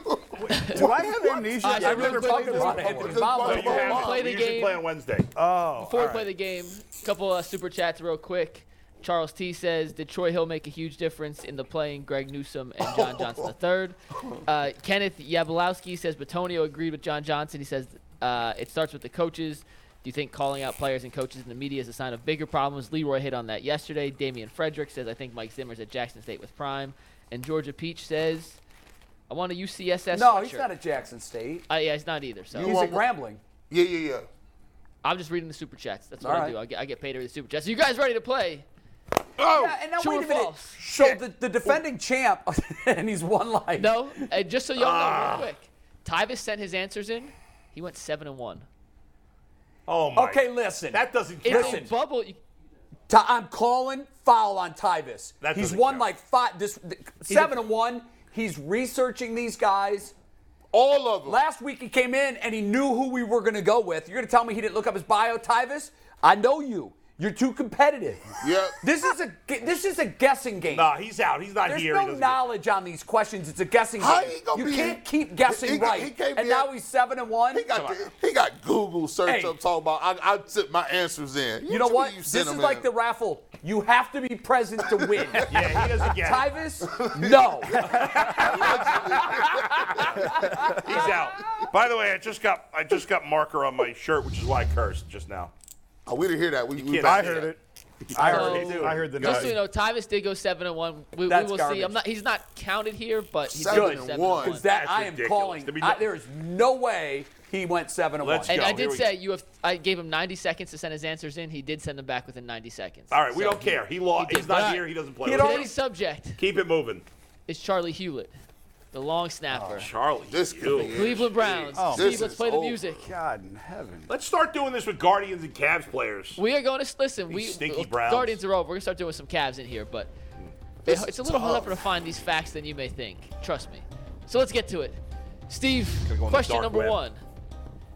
Speaker 2: Do I have amnesia?
Speaker 5: I
Speaker 2: I've
Speaker 5: really
Speaker 2: never
Speaker 5: played
Speaker 2: played
Speaker 5: this
Speaker 2: this
Speaker 1: one.
Speaker 2: before.
Speaker 1: His mom
Speaker 4: No,
Speaker 1: was
Speaker 4: you have it.
Speaker 5: Play the
Speaker 4: We usually
Speaker 5: game.
Speaker 4: play on Wednesday.
Speaker 5: Before we play the game, a couple of super chats real quick. Charles T says, Did Troy Hill make a huge difference in the playing Greg Newsom and John Johnson III? Uh, Kenneth Yablowski says, Batonio agreed with John Johnson. He says, uh, It starts with the coaches. Do you think calling out players and coaches in the media is a sign of bigger problems? Leroy hit on that yesterday. Damian Frederick says, I think Mike Zimmer's at Jackson State with Prime. And Georgia Peach says, I want a UCSS
Speaker 1: No,
Speaker 5: sweatshirt.
Speaker 1: he's not at Jackson State.
Speaker 5: Uh, yeah, he's not either. So
Speaker 1: He's
Speaker 6: want
Speaker 1: at
Speaker 6: one?
Speaker 1: Grambling.
Speaker 6: Yeah, yeah, yeah.
Speaker 5: I'm just reading the super chats. That's what
Speaker 1: All
Speaker 5: I
Speaker 1: right.
Speaker 5: do. I get, I get paid to read the super chats. Are you guys ready to play?
Speaker 2: Oh,
Speaker 1: Yeah, and now
Speaker 5: True
Speaker 1: wait
Speaker 5: or
Speaker 1: a minute.
Speaker 5: false?
Speaker 1: So the, the defending champ, and he's one life.
Speaker 5: No. Uh, just so y'all know, real quick, Tyvis sent his answers in. He went seven and one.
Speaker 4: Oh my.
Speaker 1: Okay, listen.
Speaker 4: That doesn't
Speaker 5: It's
Speaker 4: count.
Speaker 5: a Oh, bubble. You-
Speaker 1: Ty- I'm calling foul on Tyvis.
Speaker 4: That
Speaker 1: He's
Speaker 4: doesn't
Speaker 1: won
Speaker 4: count.
Speaker 1: like five, this th- seven and one. He's researching these guys.
Speaker 6: All of them.
Speaker 1: Last week he came in and he knew who we were going to go with. You're going to tell me he didn't look up his bio, Tyvis? I know you. You're too competitive.
Speaker 6: Yeah.
Speaker 1: This is a ge- this is a guessing game.
Speaker 4: Nah, he's out. He's not
Speaker 1: There's
Speaker 4: here. He
Speaker 1: no
Speaker 4: doesn't-
Speaker 1: knowledge on these questions. It's a guessing
Speaker 6: How
Speaker 1: game.
Speaker 6: he gonna
Speaker 1: you
Speaker 6: be-
Speaker 1: can't keep
Speaker 6: he
Speaker 1: guessing
Speaker 6: got-
Speaker 1: right.
Speaker 6: he can't
Speaker 1: and
Speaker 6: be a-
Speaker 1: now he's seven and one.
Speaker 6: He got, the, he got Google search
Speaker 1: Hey.
Speaker 6: up talking about I, I sent my answers in.
Speaker 1: You know
Speaker 6: mean
Speaker 1: what?
Speaker 6: you
Speaker 1: This
Speaker 6: sent
Speaker 1: is
Speaker 6: them
Speaker 1: like
Speaker 6: in?
Speaker 1: the raffle. You have to be present to win.
Speaker 4: Yeah, he doesn't get it.
Speaker 1: Tyvis, no.
Speaker 4: He's out. By the way, I just got I just got marker on my shirt, which is why I cursed just now.
Speaker 6: Oh, we didn't hear that. We, we
Speaker 4: can't-
Speaker 2: I
Speaker 6: back.
Speaker 2: heard it.
Speaker 4: I
Speaker 5: heard
Speaker 4: already
Speaker 5: it,
Speaker 4: do.
Speaker 2: I heard the
Speaker 5: Oh. Just so
Speaker 2: noise.
Speaker 5: you know, Tyvis did go seven and one. We, we
Speaker 1: That's
Speaker 5: will see.
Speaker 1: garbage.
Speaker 5: I'm not. He's not counted here, but he's
Speaker 6: Seven
Speaker 5: seven
Speaker 6: and
Speaker 5: and
Speaker 6: one.
Speaker 5: one.
Speaker 1: Because that
Speaker 4: That's
Speaker 1: I am
Speaker 4: ridiculous.
Speaker 1: calling.
Speaker 4: There be
Speaker 1: I,
Speaker 4: no-
Speaker 1: there is no way he went seven and
Speaker 4: Let's
Speaker 1: one.
Speaker 5: and
Speaker 4: go.
Speaker 5: I
Speaker 4: Here
Speaker 5: did
Speaker 4: we
Speaker 5: say you have. I gave him 90 seconds to send his answers in. He did send them back within 90 seconds.
Speaker 4: All right, we
Speaker 5: So
Speaker 4: don't care. He lost.
Speaker 5: he did
Speaker 4: he's not
Speaker 5: not.
Speaker 4: here. He doesn't play.
Speaker 1: He had
Speaker 4: with us.
Speaker 1: already-
Speaker 5: Today's subject
Speaker 4: Keep it moving.
Speaker 5: is Charlie Hewlett, the long snapper.
Speaker 4: Charlie,
Speaker 6: This could
Speaker 4: you.
Speaker 6: be it.
Speaker 5: Cleveland Browns.
Speaker 6: this
Speaker 5: Steve, let's
Speaker 6: is
Speaker 5: play the
Speaker 6: over.
Speaker 5: music.
Speaker 2: God in heaven.
Speaker 4: Let's start doing this with Guardians and Cavs players.
Speaker 5: We are going to listen. we
Speaker 4: stinky
Speaker 5: well,
Speaker 4: Browns.
Speaker 5: Guardians are over. We're gonna start doing some Cavs in here, but it-
Speaker 6: This
Speaker 5: it's a
Speaker 6: is
Speaker 5: little harder
Speaker 6: tough.
Speaker 5: to find these facts than you may think. Trust me. So let's get to it. Steve,
Speaker 4: go on the
Speaker 5: question
Speaker 4: dark
Speaker 5: number
Speaker 4: web.
Speaker 5: one: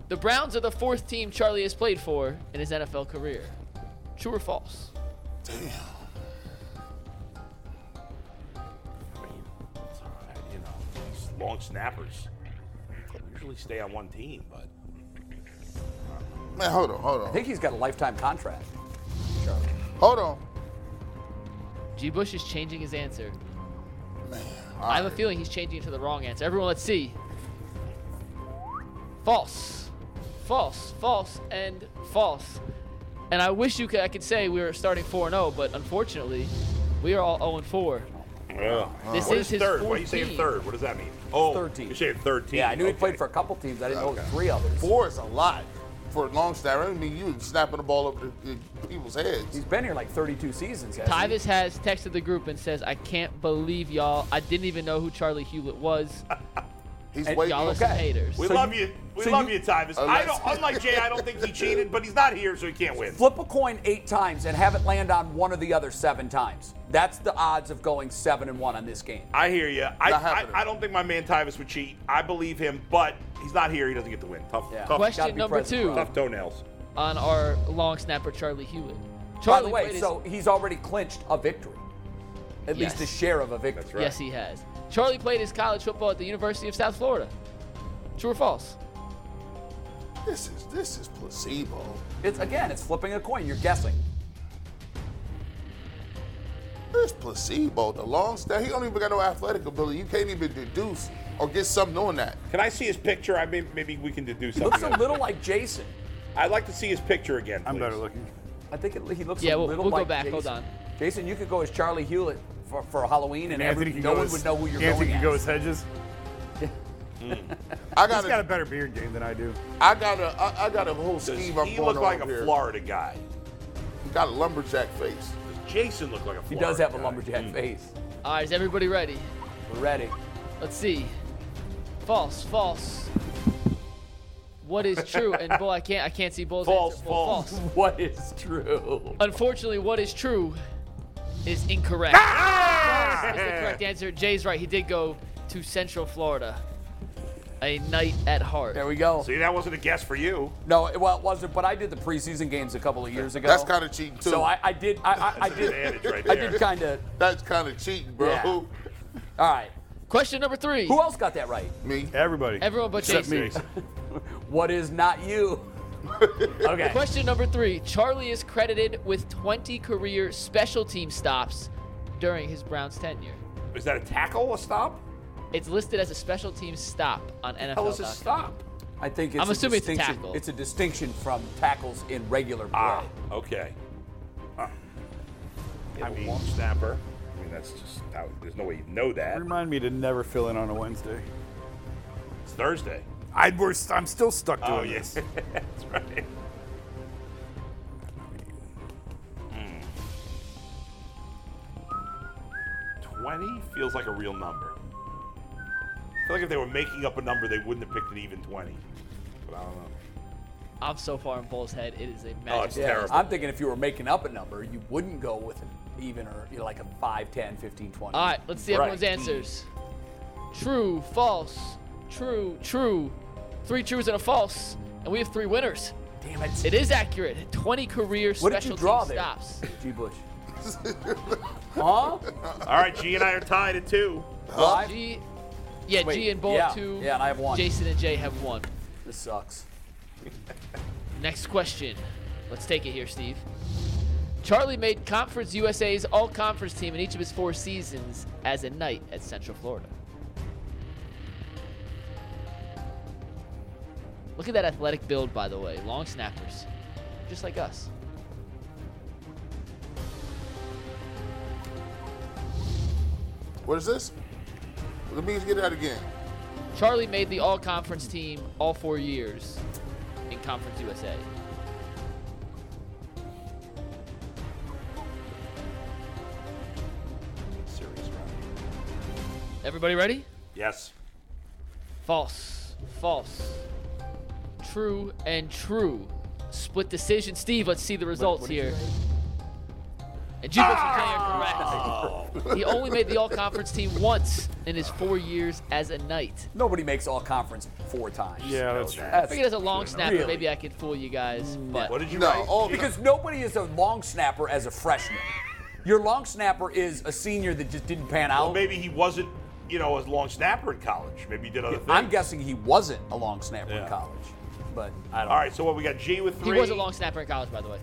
Speaker 5: The Browns are the fourth team Charlie has played for in his NFL career. True or false?
Speaker 4: It's all right, you know, these long snappers They usually stay on one team, but
Speaker 6: Man, hold on, hold
Speaker 1: I
Speaker 6: on.
Speaker 1: think he's got a lifetime contract.
Speaker 6: Hold on.
Speaker 5: G. Bush is changing his answer.
Speaker 6: All
Speaker 5: I have a
Speaker 6: right.
Speaker 5: feeling he's changing it to the wrong answer. Everyone, let's see. False, false, false, and false. And I wish you could, I could say we were starting 4 0, but unfortunately, we are all 0 4. This
Speaker 4: what
Speaker 5: is
Speaker 4: is
Speaker 5: his
Speaker 4: third?
Speaker 5: fourth
Speaker 4: Why are you saying
Speaker 5: team.
Speaker 4: third? What does that mean? Oh,
Speaker 1: Third team.
Speaker 4: You're saying third team.
Speaker 1: Yeah, I knew he
Speaker 4: Okay.
Speaker 1: played for a couple teams. I didn't know
Speaker 6: Okay.
Speaker 1: three others.
Speaker 6: Four is a lot for a long snapper. I mean, you snapping the ball over the, the people's heads.
Speaker 1: He's been here like 32 seasons. hasn't he?
Speaker 5: Tyvis has texted the group and says, I can't believe y'all. I didn't even know who Charlie Hewlett was.
Speaker 6: He's
Speaker 1: and
Speaker 6: waiting.
Speaker 5: Y'all are
Speaker 1: Okay.
Speaker 5: some haters.
Speaker 4: We
Speaker 1: So
Speaker 4: love
Speaker 1: you-
Speaker 4: you. We
Speaker 1: so
Speaker 4: love
Speaker 1: you- Oh,
Speaker 4: you, Tyvis. I
Speaker 6: Unless-
Speaker 4: don't. Unlike Jay, I don't think he cheated, but he's not here, so he can't win.
Speaker 1: Flip a coin eight times and have it land on one or the other seven times. That's the odds of going seven and one on this game.
Speaker 4: I hear you. I,
Speaker 6: Not
Speaker 4: I,
Speaker 6: happening.
Speaker 4: I don't think my man Tyvis would cheat. I believe him, but he's not here. He doesn't get the win. Tough,
Speaker 1: Yeah.
Speaker 4: tough,
Speaker 1: Gotta
Speaker 5: Question
Speaker 1: be
Speaker 5: number
Speaker 1: present,
Speaker 5: two
Speaker 1: bro.
Speaker 4: tough toenails.
Speaker 5: on our long snapper, Charlie Hewlett.
Speaker 1: By
Speaker 5: Charlie
Speaker 1: the way,
Speaker 5: played his-
Speaker 1: so he's already clinched a victory, at
Speaker 5: Yes.
Speaker 1: least a share of a victory.
Speaker 4: That's right.
Speaker 5: Yes, he has. Charlie played his college football at the University of South Florida. True or false?
Speaker 6: This is this is placebo.
Speaker 1: It's again, it's flipping a coin. You're guessing.
Speaker 6: This placebo. The long snap. He don't even got no athletic ability. You can't even deduce or get something on that.
Speaker 4: Can I see his picture? I may, maybe we can deduce
Speaker 1: Looks a
Speaker 4: something.
Speaker 1: little like Jason.
Speaker 4: I'd like to see his picture again.
Speaker 2: I'm
Speaker 4: please.
Speaker 2: better looking.
Speaker 1: I think it, he looks
Speaker 5: Yeah,
Speaker 1: a
Speaker 5: we'll-
Speaker 1: little
Speaker 5: we'll go
Speaker 1: like
Speaker 5: back.
Speaker 1: Jason.
Speaker 5: Hold on.
Speaker 1: Jason, you could go as Charlie Hewlett for, for Halloween, and every,
Speaker 2: Anthony can
Speaker 1: no
Speaker 2: go
Speaker 1: one
Speaker 2: as-
Speaker 1: would know who you're
Speaker 2: Anthony
Speaker 1: going as.
Speaker 2: can go as Hedges.
Speaker 6: I
Speaker 2: He's
Speaker 6: got
Speaker 2: got a
Speaker 6: a,
Speaker 2: better beard game than I do.
Speaker 6: I got a, I, I got a whole
Speaker 4: Does
Speaker 6: scheme. I'm
Speaker 4: he
Speaker 6: going
Speaker 4: look
Speaker 6: on
Speaker 4: like a
Speaker 6: over here.
Speaker 4: Florida guy?
Speaker 6: He got a lumberjack face.
Speaker 4: Does Jason look like a Florida
Speaker 1: he does have a
Speaker 4: guy?
Speaker 1: lumberjack face.
Speaker 5: All right, is everybody ready?
Speaker 1: We're ready.
Speaker 5: Let's see. False, false. What is true? And Bull, I can't, I can't see Bull's
Speaker 4: False,
Speaker 5: answer. Bull,
Speaker 4: false.
Speaker 1: What is true?
Speaker 5: Unfortunately, what is true is incorrect.
Speaker 1: Ah!
Speaker 5: False is the correct answer. Jay's right. He did go to Central Florida. A night at heart.
Speaker 1: There we go.
Speaker 4: See, that wasn't a guess for you.
Speaker 1: No, it, well, it wasn't. But I did the preseason games a couple of years ago.
Speaker 6: That's kind of cheating too.
Speaker 1: So I, I did. I, I, I
Speaker 4: That's an
Speaker 1: did.
Speaker 4: advantage right
Speaker 1: I
Speaker 4: there.
Speaker 1: did kind of.
Speaker 6: That's kind of cheating, bro.
Speaker 1: Yeah. All right.
Speaker 5: Question number three.
Speaker 1: Who else got that right?
Speaker 6: Me.
Speaker 2: Everybody.
Speaker 5: Everyone but
Speaker 2: Except
Speaker 5: Jason.
Speaker 2: me.
Speaker 1: What is not you? okay.
Speaker 5: Question number three. Charlie is credited with 20 career special team stops during his Browns tenure.
Speaker 4: Is that a tackle, a stop?
Speaker 5: It's listed as a special team stop on NFL.
Speaker 4: How was a stop?
Speaker 1: I think it's
Speaker 5: I'm
Speaker 1: a
Speaker 5: assuming it's a
Speaker 1: distinction.
Speaker 5: tackle.
Speaker 1: It's a distinction from tackles in regular play.
Speaker 4: Ah, okay. Ah. I mean, snapper. I mean,
Speaker 7: That's just how. There's no way you know that.
Speaker 2: Remind me to never fill in on a Wednesday.
Speaker 4: It's Thursday.
Speaker 2: I, we're, st- I'm still stuck doing
Speaker 4: Oh, yes.
Speaker 2: this.
Speaker 4: That's right. Hmm. Twenty feels like a real number. I feel like if they were making up a number, they wouldn't have picked an even twenty. But I don't know.
Speaker 5: I'm so far in Bull's head. It is a magic.
Speaker 4: Oh, it's
Speaker 5: number.
Speaker 4: terrible.
Speaker 1: I'm thinking if you were making up a number, you wouldn't go with an even or you know, like a 5, 10, 15, 20.
Speaker 5: All right, let's see
Speaker 1: Right.
Speaker 5: everyone's answers. True, false, true, true. Three trues and a false, and we have three winners.
Speaker 1: Damn it.
Speaker 5: It is accurate. 20 career
Speaker 1: What
Speaker 5: special
Speaker 1: did you draw
Speaker 5: team
Speaker 1: there?
Speaker 5: stops.
Speaker 1: G. Bush. huh?
Speaker 4: All right, G and I are tied at two.
Speaker 1: Five?
Speaker 5: G, yeah,
Speaker 1: Wait,
Speaker 5: G and Bull
Speaker 1: yeah,
Speaker 5: two.
Speaker 1: yeah, and I have one.
Speaker 5: Jason and Jay have one.
Speaker 1: This sucks.
Speaker 5: Next question. Let's take it here, Steve. Charlie made Conference USA's All Conference team in each of his four seasons as a knight at Central Florida. Look at that athletic build, by the way. Long snappers, just like us.
Speaker 6: What is this? Let me get that again.
Speaker 5: Charlie made the All Conference team all four years in Conference USA.
Speaker 4: Serious round.
Speaker 5: Everybody ready?
Speaker 4: Yes.
Speaker 5: False, false, true, and true. Split decision. Steve, let's see the results here. And Jubal
Speaker 4: Ah!
Speaker 1: Ah!
Speaker 5: Santana, correct. He only made the All Conference team once in his four years as a Knight.
Speaker 1: Nobody makes all conference four times.
Speaker 2: Yeah, that's true.
Speaker 5: I figured as a long snapper,
Speaker 1: Really?
Speaker 5: maybe I could fool you guys. But
Speaker 4: Mm. What did you
Speaker 6: No,
Speaker 4: write?
Speaker 6: all
Speaker 1: Because nobody is a long snapper as a freshman. Your long snapper is a senior that just didn't pan out.
Speaker 4: Well, maybe he wasn't, you know, a long snapper in college. Maybe he did other things.
Speaker 1: I'm guessing he wasn't a long snapper
Speaker 4: Yeah.
Speaker 1: in college, but I don't.
Speaker 4: All right, so what we got? G with
Speaker 5: he
Speaker 4: three.
Speaker 5: was a long snapper in college, by the way.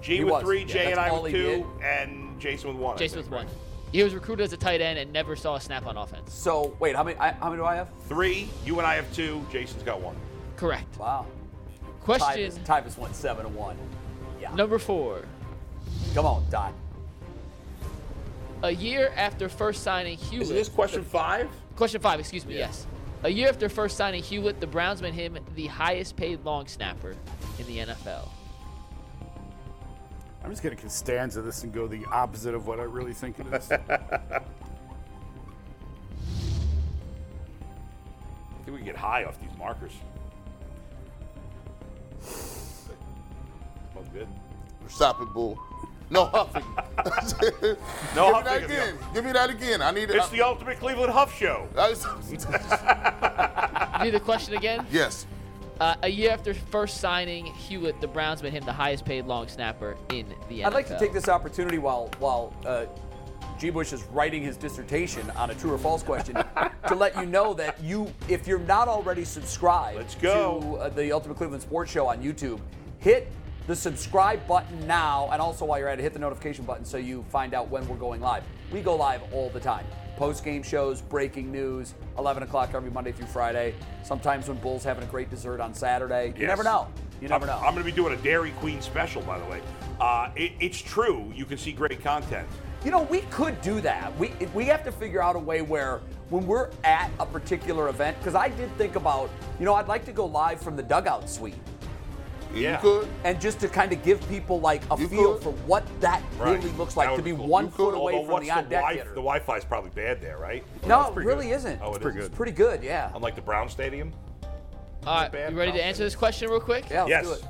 Speaker 4: G
Speaker 1: He
Speaker 4: with
Speaker 1: was,
Speaker 4: three.
Speaker 1: yeah,
Speaker 4: Jay and
Speaker 1: that's
Speaker 4: I
Speaker 1: all
Speaker 4: with
Speaker 1: he
Speaker 4: two, and Jason with one. I
Speaker 5: Jason
Speaker 4: think,
Speaker 5: with one.
Speaker 4: right?
Speaker 5: He was recruited as a tight end and never saw a snap on offense.
Speaker 1: So wait, how many? I, how many do I have?
Speaker 4: Three. You and I have two. Jason's got one.
Speaker 5: Correct.
Speaker 1: Wow.
Speaker 5: Question
Speaker 1: Tyvus, Tyvus went seven and one. Yeah.
Speaker 5: number four.
Speaker 1: Come on, Dot.
Speaker 5: A year after first signing Hewlett.
Speaker 4: Is this question five?
Speaker 5: Question five, excuse me, yes. A year after first signing Hewlett, the Browns made him the highest paid long snapper in the NFL.
Speaker 2: I'm just gonna Costanza this and go the opposite of what I really think it is.
Speaker 4: I think we can get high off these markers. Smells good.
Speaker 1: Uh,
Speaker 6: Stop it, bull. No huffing.
Speaker 4: No,
Speaker 6: Give me that again. Give me that again. I need it.
Speaker 4: It's the ultimate Cleveland Huff show.
Speaker 5: Do the question again.
Speaker 6: yes.
Speaker 5: Uh, a year after first signing Hewlett, the Browns made him the highest paid long snapper in the NFL.
Speaker 1: I'd like to take this opportunity while while uh, G. Bush is writing his dissertation on a true or false question to let you know that you, if you're not already subscribed
Speaker 4: Let's go.
Speaker 1: to uh, the Ultimate Cleveland Sports Show on YouTube, hit the subscribe button now, and also while you're at it, hit the notification button so you find out when we're going live. We go live all the time. Post game shows, breaking news, 11 o'clock every Monday through Friday. Sometimes when Bull's having a great dessert on Saturday. You
Speaker 4: Yes.
Speaker 1: never know. You never
Speaker 4: I'm,
Speaker 1: know.
Speaker 4: I'm going to be doing a Dairy Queen special, by the way. Uh, it, it's true. You can see great content.
Speaker 1: You know, we could do that. We we have to figure out a way where when we're at a particular event, because I did think about, you know, I'd like to go live from the dugout suite
Speaker 4: Yeah.
Speaker 6: You could.
Speaker 1: and just to kind of give people like a
Speaker 6: You
Speaker 1: feel
Speaker 6: could.
Speaker 1: for what that
Speaker 4: Right.
Speaker 1: really looks
Speaker 4: That
Speaker 1: like to
Speaker 4: would
Speaker 1: be
Speaker 4: cool.
Speaker 1: one
Speaker 4: You
Speaker 1: foot
Speaker 4: could,
Speaker 1: away
Speaker 4: although
Speaker 1: from the
Speaker 4: what's
Speaker 1: on deck
Speaker 4: Wi-
Speaker 1: theater.
Speaker 4: The Wi-Fi is probably bad there, right?
Speaker 1: no, it really isn't.
Speaker 4: Oh, it
Speaker 2: pretty
Speaker 4: is?
Speaker 2: good.
Speaker 1: It's pretty good, yeah.
Speaker 4: Unlike the Brown Stadium.
Speaker 5: All right,
Speaker 4: bad
Speaker 5: you ready to
Speaker 4: problem.
Speaker 5: answer this question real quick?
Speaker 1: yeah let's
Speaker 4: yes.
Speaker 1: do it.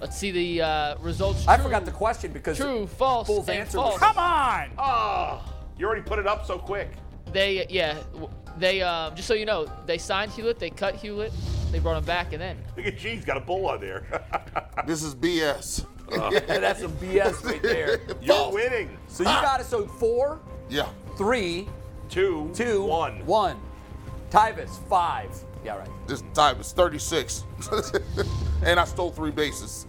Speaker 5: Let's see the uh, results.
Speaker 1: I
Speaker 5: True,
Speaker 1: forgot the question because
Speaker 5: True, false,
Speaker 1: Bull's
Speaker 5: and
Speaker 1: answer
Speaker 5: false.
Speaker 1: was-
Speaker 2: Come on!
Speaker 4: Oh,
Speaker 1: Ah.
Speaker 4: you already put it up so quick.
Speaker 5: They, yeah, w- they, um, just so you know, they signed Hewlett, they cut Hewlett, they brought him back, and then.
Speaker 4: Look at G's got a bull on there.
Speaker 6: This is BS.
Speaker 4: Uh.
Speaker 1: that's some BS right there.
Speaker 4: You're winning.
Speaker 1: So you got it. So four,
Speaker 6: yeah.
Speaker 1: three,
Speaker 4: Two,
Speaker 1: two,
Speaker 4: one.
Speaker 1: one. Tyvus, five. Yeah, right.
Speaker 6: This time is 36. and I stole three bases.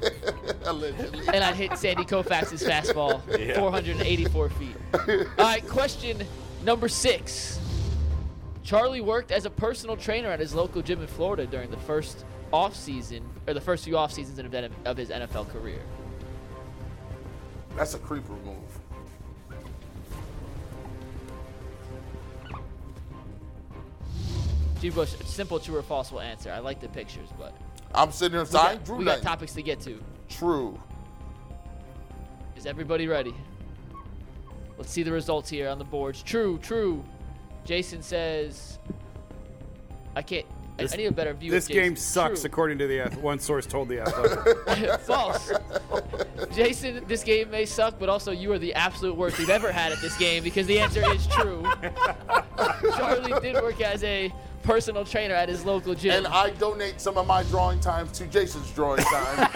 Speaker 6: Allegedly.
Speaker 5: and I'd hit Sandy Koufax's fastball
Speaker 4: Yeah.
Speaker 5: 484 feet. All right, question number six. Charlie worked as a personal trainer at his local gym in Florida during the first off season or the first few off seasons of his- of his NFL career.
Speaker 6: That's a creeper move.
Speaker 5: So you go s- simple, true or false will answer. I like the pictures, but
Speaker 6: I'm sitting here
Speaker 5: we
Speaker 6: saying
Speaker 5: got-
Speaker 6: Drew
Speaker 5: we got
Speaker 6: Knight.
Speaker 5: topics to get to.
Speaker 6: True.
Speaker 5: Is everybody ready? Let's see the results here on the boards. True, true. Jason says, I can't. I- I need a better view. of
Speaker 2: This game
Speaker 5: Jason's.
Speaker 2: sucks,
Speaker 5: True.
Speaker 2: according to the ath- one source told the athletic.
Speaker 5: False. Jason, this game may suck, but also you are the absolute worst we've ever had at this game because the answer is true. Charlie did work as a personal trainer at his local gym.
Speaker 6: And I donate some of my drawing times to Jason's drawing time.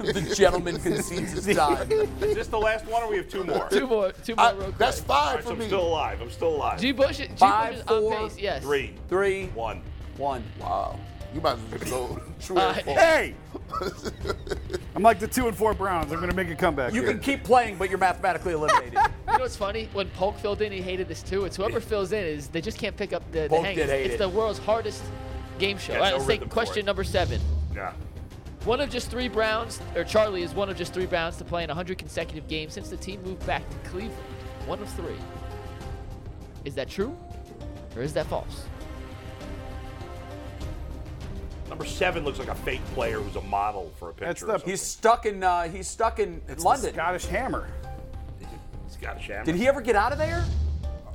Speaker 1: The gentleman concedes his time.
Speaker 4: Is this the last one, or we have two more?
Speaker 5: two more, two more
Speaker 6: I-
Speaker 5: real quick.
Speaker 6: that's
Speaker 4: All
Speaker 6: five
Speaker 4: right,
Speaker 6: for
Speaker 4: so I'm
Speaker 6: me.
Speaker 4: still alive. I'm still alive.
Speaker 5: G Bush, G
Speaker 1: Five,
Speaker 5: Bush is
Speaker 1: four,
Speaker 5: on pace. Yes.
Speaker 4: Three,
Speaker 1: Three,
Speaker 4: one.
Speaker 1: one.
Speaker 6: Wow. You might as well just go true
Speaker 5: Uh,
Speaker 6: or false.
Speaker 2: hey! I'm like the two and four Browns. I'm going to make a comeback.
Speaker 1: You
Speaker 2: here.
Speaker 1: can keep playing, but you're mathematically eliminated.
Speaker 5: You know what's funny? When Polk filled in, he hated this too. It's whoever fills in is they just can't pick up the, the
Speaker 1: Polk
Speaker 5: hang.
Speaker 1: did hate
Speaker 5: it's
Speaker 1: it.
Speaker 5: the world's hardest game show.
Speaker 4: Yeah,
Speaker 5: All right,
Speaker 4: no
Speaker 5: let's
Speaker 4: rhythm
Speaker 5: take
Speaker 4: for
Speaker 5: question
Speaker 4: it.
Speaker 5: number seven.
Speaker 4: Yeah.
Speaker 5: One of just three Browns, or Charlie is one of just three Browns to play in 100 consecutive games since the team moved back to Cleveland. One of three. Is that true, or is that false?
Speaker 4: Number seven looks like a fake player who's a model for a picture.
Speaker 2: That's
Speaker 4: or
Speaker 2: the-
Speaker 4: something.
Speaker 1: He's stuck in. Uh, he's stuck in
Speaker 2: It's the
Speaker 1: London.
Speaker 2: Scottish Hammer.
Speaker 4: He's got a shaman.
Speaker 1: Did he ever get out of there?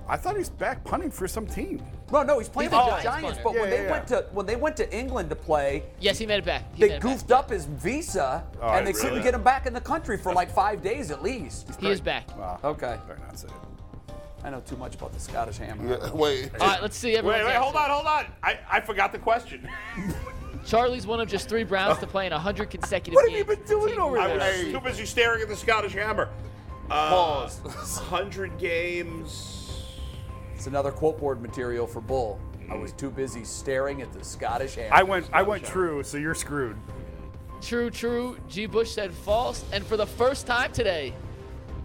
Speaker 2: I thought he was back punting for some team.
Speaker 1: No, no, he's playing
Speaker 5: He's a
Speaker 1: for
Speaker 5: Giants
Speaker 1: the Giants.
Speaker 5: punter.
Speaker 1: But when
Speaker 2: Oh, Yeah,
Speaker 1: they
Speaker 2: yeah,
Speaker 1: went to when they went to England to play,
Speaker 5: Yes, he made it back. He made
Speaker 1: they
Speaker 5: it back.
Speaker 1: goofed up his visa,
Speaker 2: Oh,
Speaker 1: and they
Speaker 2: really?
Speaker 1: couldn't get him back in the country for like five days at least.
Speaker 5: He is back. All
Speaker 2: Wow.
Speaker 1: Okay.
Speaker 2: Better not say it.
Speaker 1: I know too much about the Scottish Hammer.
Speaker 6: Yeah, wait.
Speaker 5: right, let's see everyone.
Speaker 4: Wait, wait, hold on, hold on. I, I forgot the question.
Speaker 5: Charlie's one of just three Browns to play in 100 consecutive
Speaker 1: What have you
Speaker 5: games.
Speaker 1: been doing
Speaker 5: Team
Speaker 1: over
Speaker 5: moved
Speaker 4: I
Speaker 5: back.
Speaker 4: was
Speaker 6: Hey.
Speaker 4: too busy staring at the Scottish Hammer. Uh, Pause. 100 games.
Speaker 1: It's another quote board material for Bull. I was too busy staring at the Scottish Hammer.
Speaker 2: I went. I went true. So you're screwed.
Speaker 5: True, true. G. Bush said false, and for the first time today,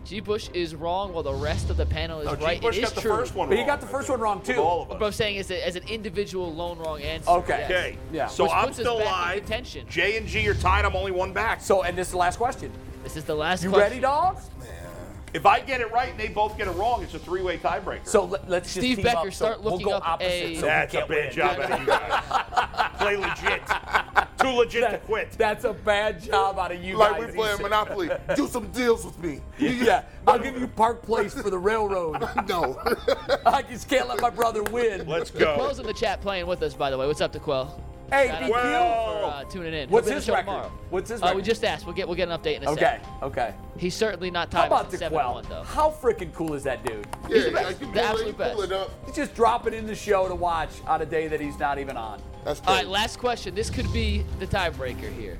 Speaker 5: G. Bush is wrong while the rest of the panel is
Speaker 4: No, G.
Speaker 5: Oh, right.
Speaker 4: Bush
Speaker 5: it is
Speaker 4: got the
Speaker 5: true.
Speaker 4: first one
Speaker 1: but
Speaker 4: wrong.
Speaker 1: he got the first one wrong too.
Speaker 4: With all of
Speaker 5: But I'm
Speaker 4: us.
Speaker 5: saying is that as an individual lone wrong answer.
Speaker 1: Okay.
Speaker 5: yes.
Speaker 4: Okay.
Speaker 1: Yeah.
Speaker 4: So
Speaker 5: Which
Speaker 4: I'm
Speaker 5: puts us
Speaker 4: still
Speaker 5: back in
Speaker 4: alive.
Speaker 5: contention.
Speaker 4: J and G are tied. I'm only one back. So
Speaker 1: So, and this is the last question.
Speaker 5: This is the last
Speaker 1: You
Speaker 5: question.
Speaker 1: ready, dogs?
Speaker 4: if I get it right and they both get it wrong, it's a three-way tiebreaker.
Speaker 1: So let, us just
Speaker 5: Steve
Speaker 1: team
Speaker 5: Becker,
Speaker 1: up. So
Speaker 5: start looking
Speaker 1: we'll go
Speaker 5: up
Speaker 1: opposite,
Speaker 5: a-
Speaker 1: so we
Speaker 4: that's a
Speaker 1: can't
Speaker 4: bad
Speaker 1: win.
Speaker 4: job out of you guys. Play legit. Too legit to
Speaker 1: That-
Speaker 4: quit.
Speaker 1: That's a bad job out of you
Speaker 6: Like
Speaker 1: guys.
Speaker 6: we
Speaker 1: he
Speaker 6: playing
Speaker 1: said.
Speaker 6: Monopoly. Do some deals with me.
Speaker 1: Yeah, I'll give you Park Place for the railroad.
Speaker 6: No.
Speaker 1: I just can't let my brother win.
Speaker 4: Let's go.
Speaker 5: Quell's in the chat playing with us, by the way. What's up to Quell?
Speaker 1: Hey,
Speaker 5: Shout out to
Speaker 1: DQ.
Speaker 5: Quell for, uh, tuning in.
Speaker 1: Oh.
Speaker 5: He'll be on
Speaker 1: What's
Speaker 5: the
Speaker 1: his
Speaker 5: show
Speaker 1: record?
Speaker 5: Tomorrow.
Speaker 1: What's his
Speaker 5: Uh, we
Speaker 1: record?
Speaker 5: just asked. We'll get we'll get an update in a
Speaker 1: Okay,
Speaker 5: second.
Speaker 1: okay.
Speaker 5: He's certainly not
Speaker 1: How
Speaker 5: tied
Speaker 1: about
Speaker 5: with seven
Speaker 1: DeQuell?
Speaker 5: one though.
Speaker 1: How freaking cool is that dude?
Speaker 6: Yeah,
Speaker 5: best.
Speaker 6: like,
Speaker 5: The
Speaker 6: you pull it-
Speaker 5: absolute
Speaker 6: you pull
Speaker 5: best.
Speaker 6: it up.
Speaker 1: He's just dropping in the show to watch on a day that he's not even on.
Speaker 6: That's
Speaker 5: All right,
Speaker 6: crazy.
Speaker 5: last question. This could be the tiebreaker here.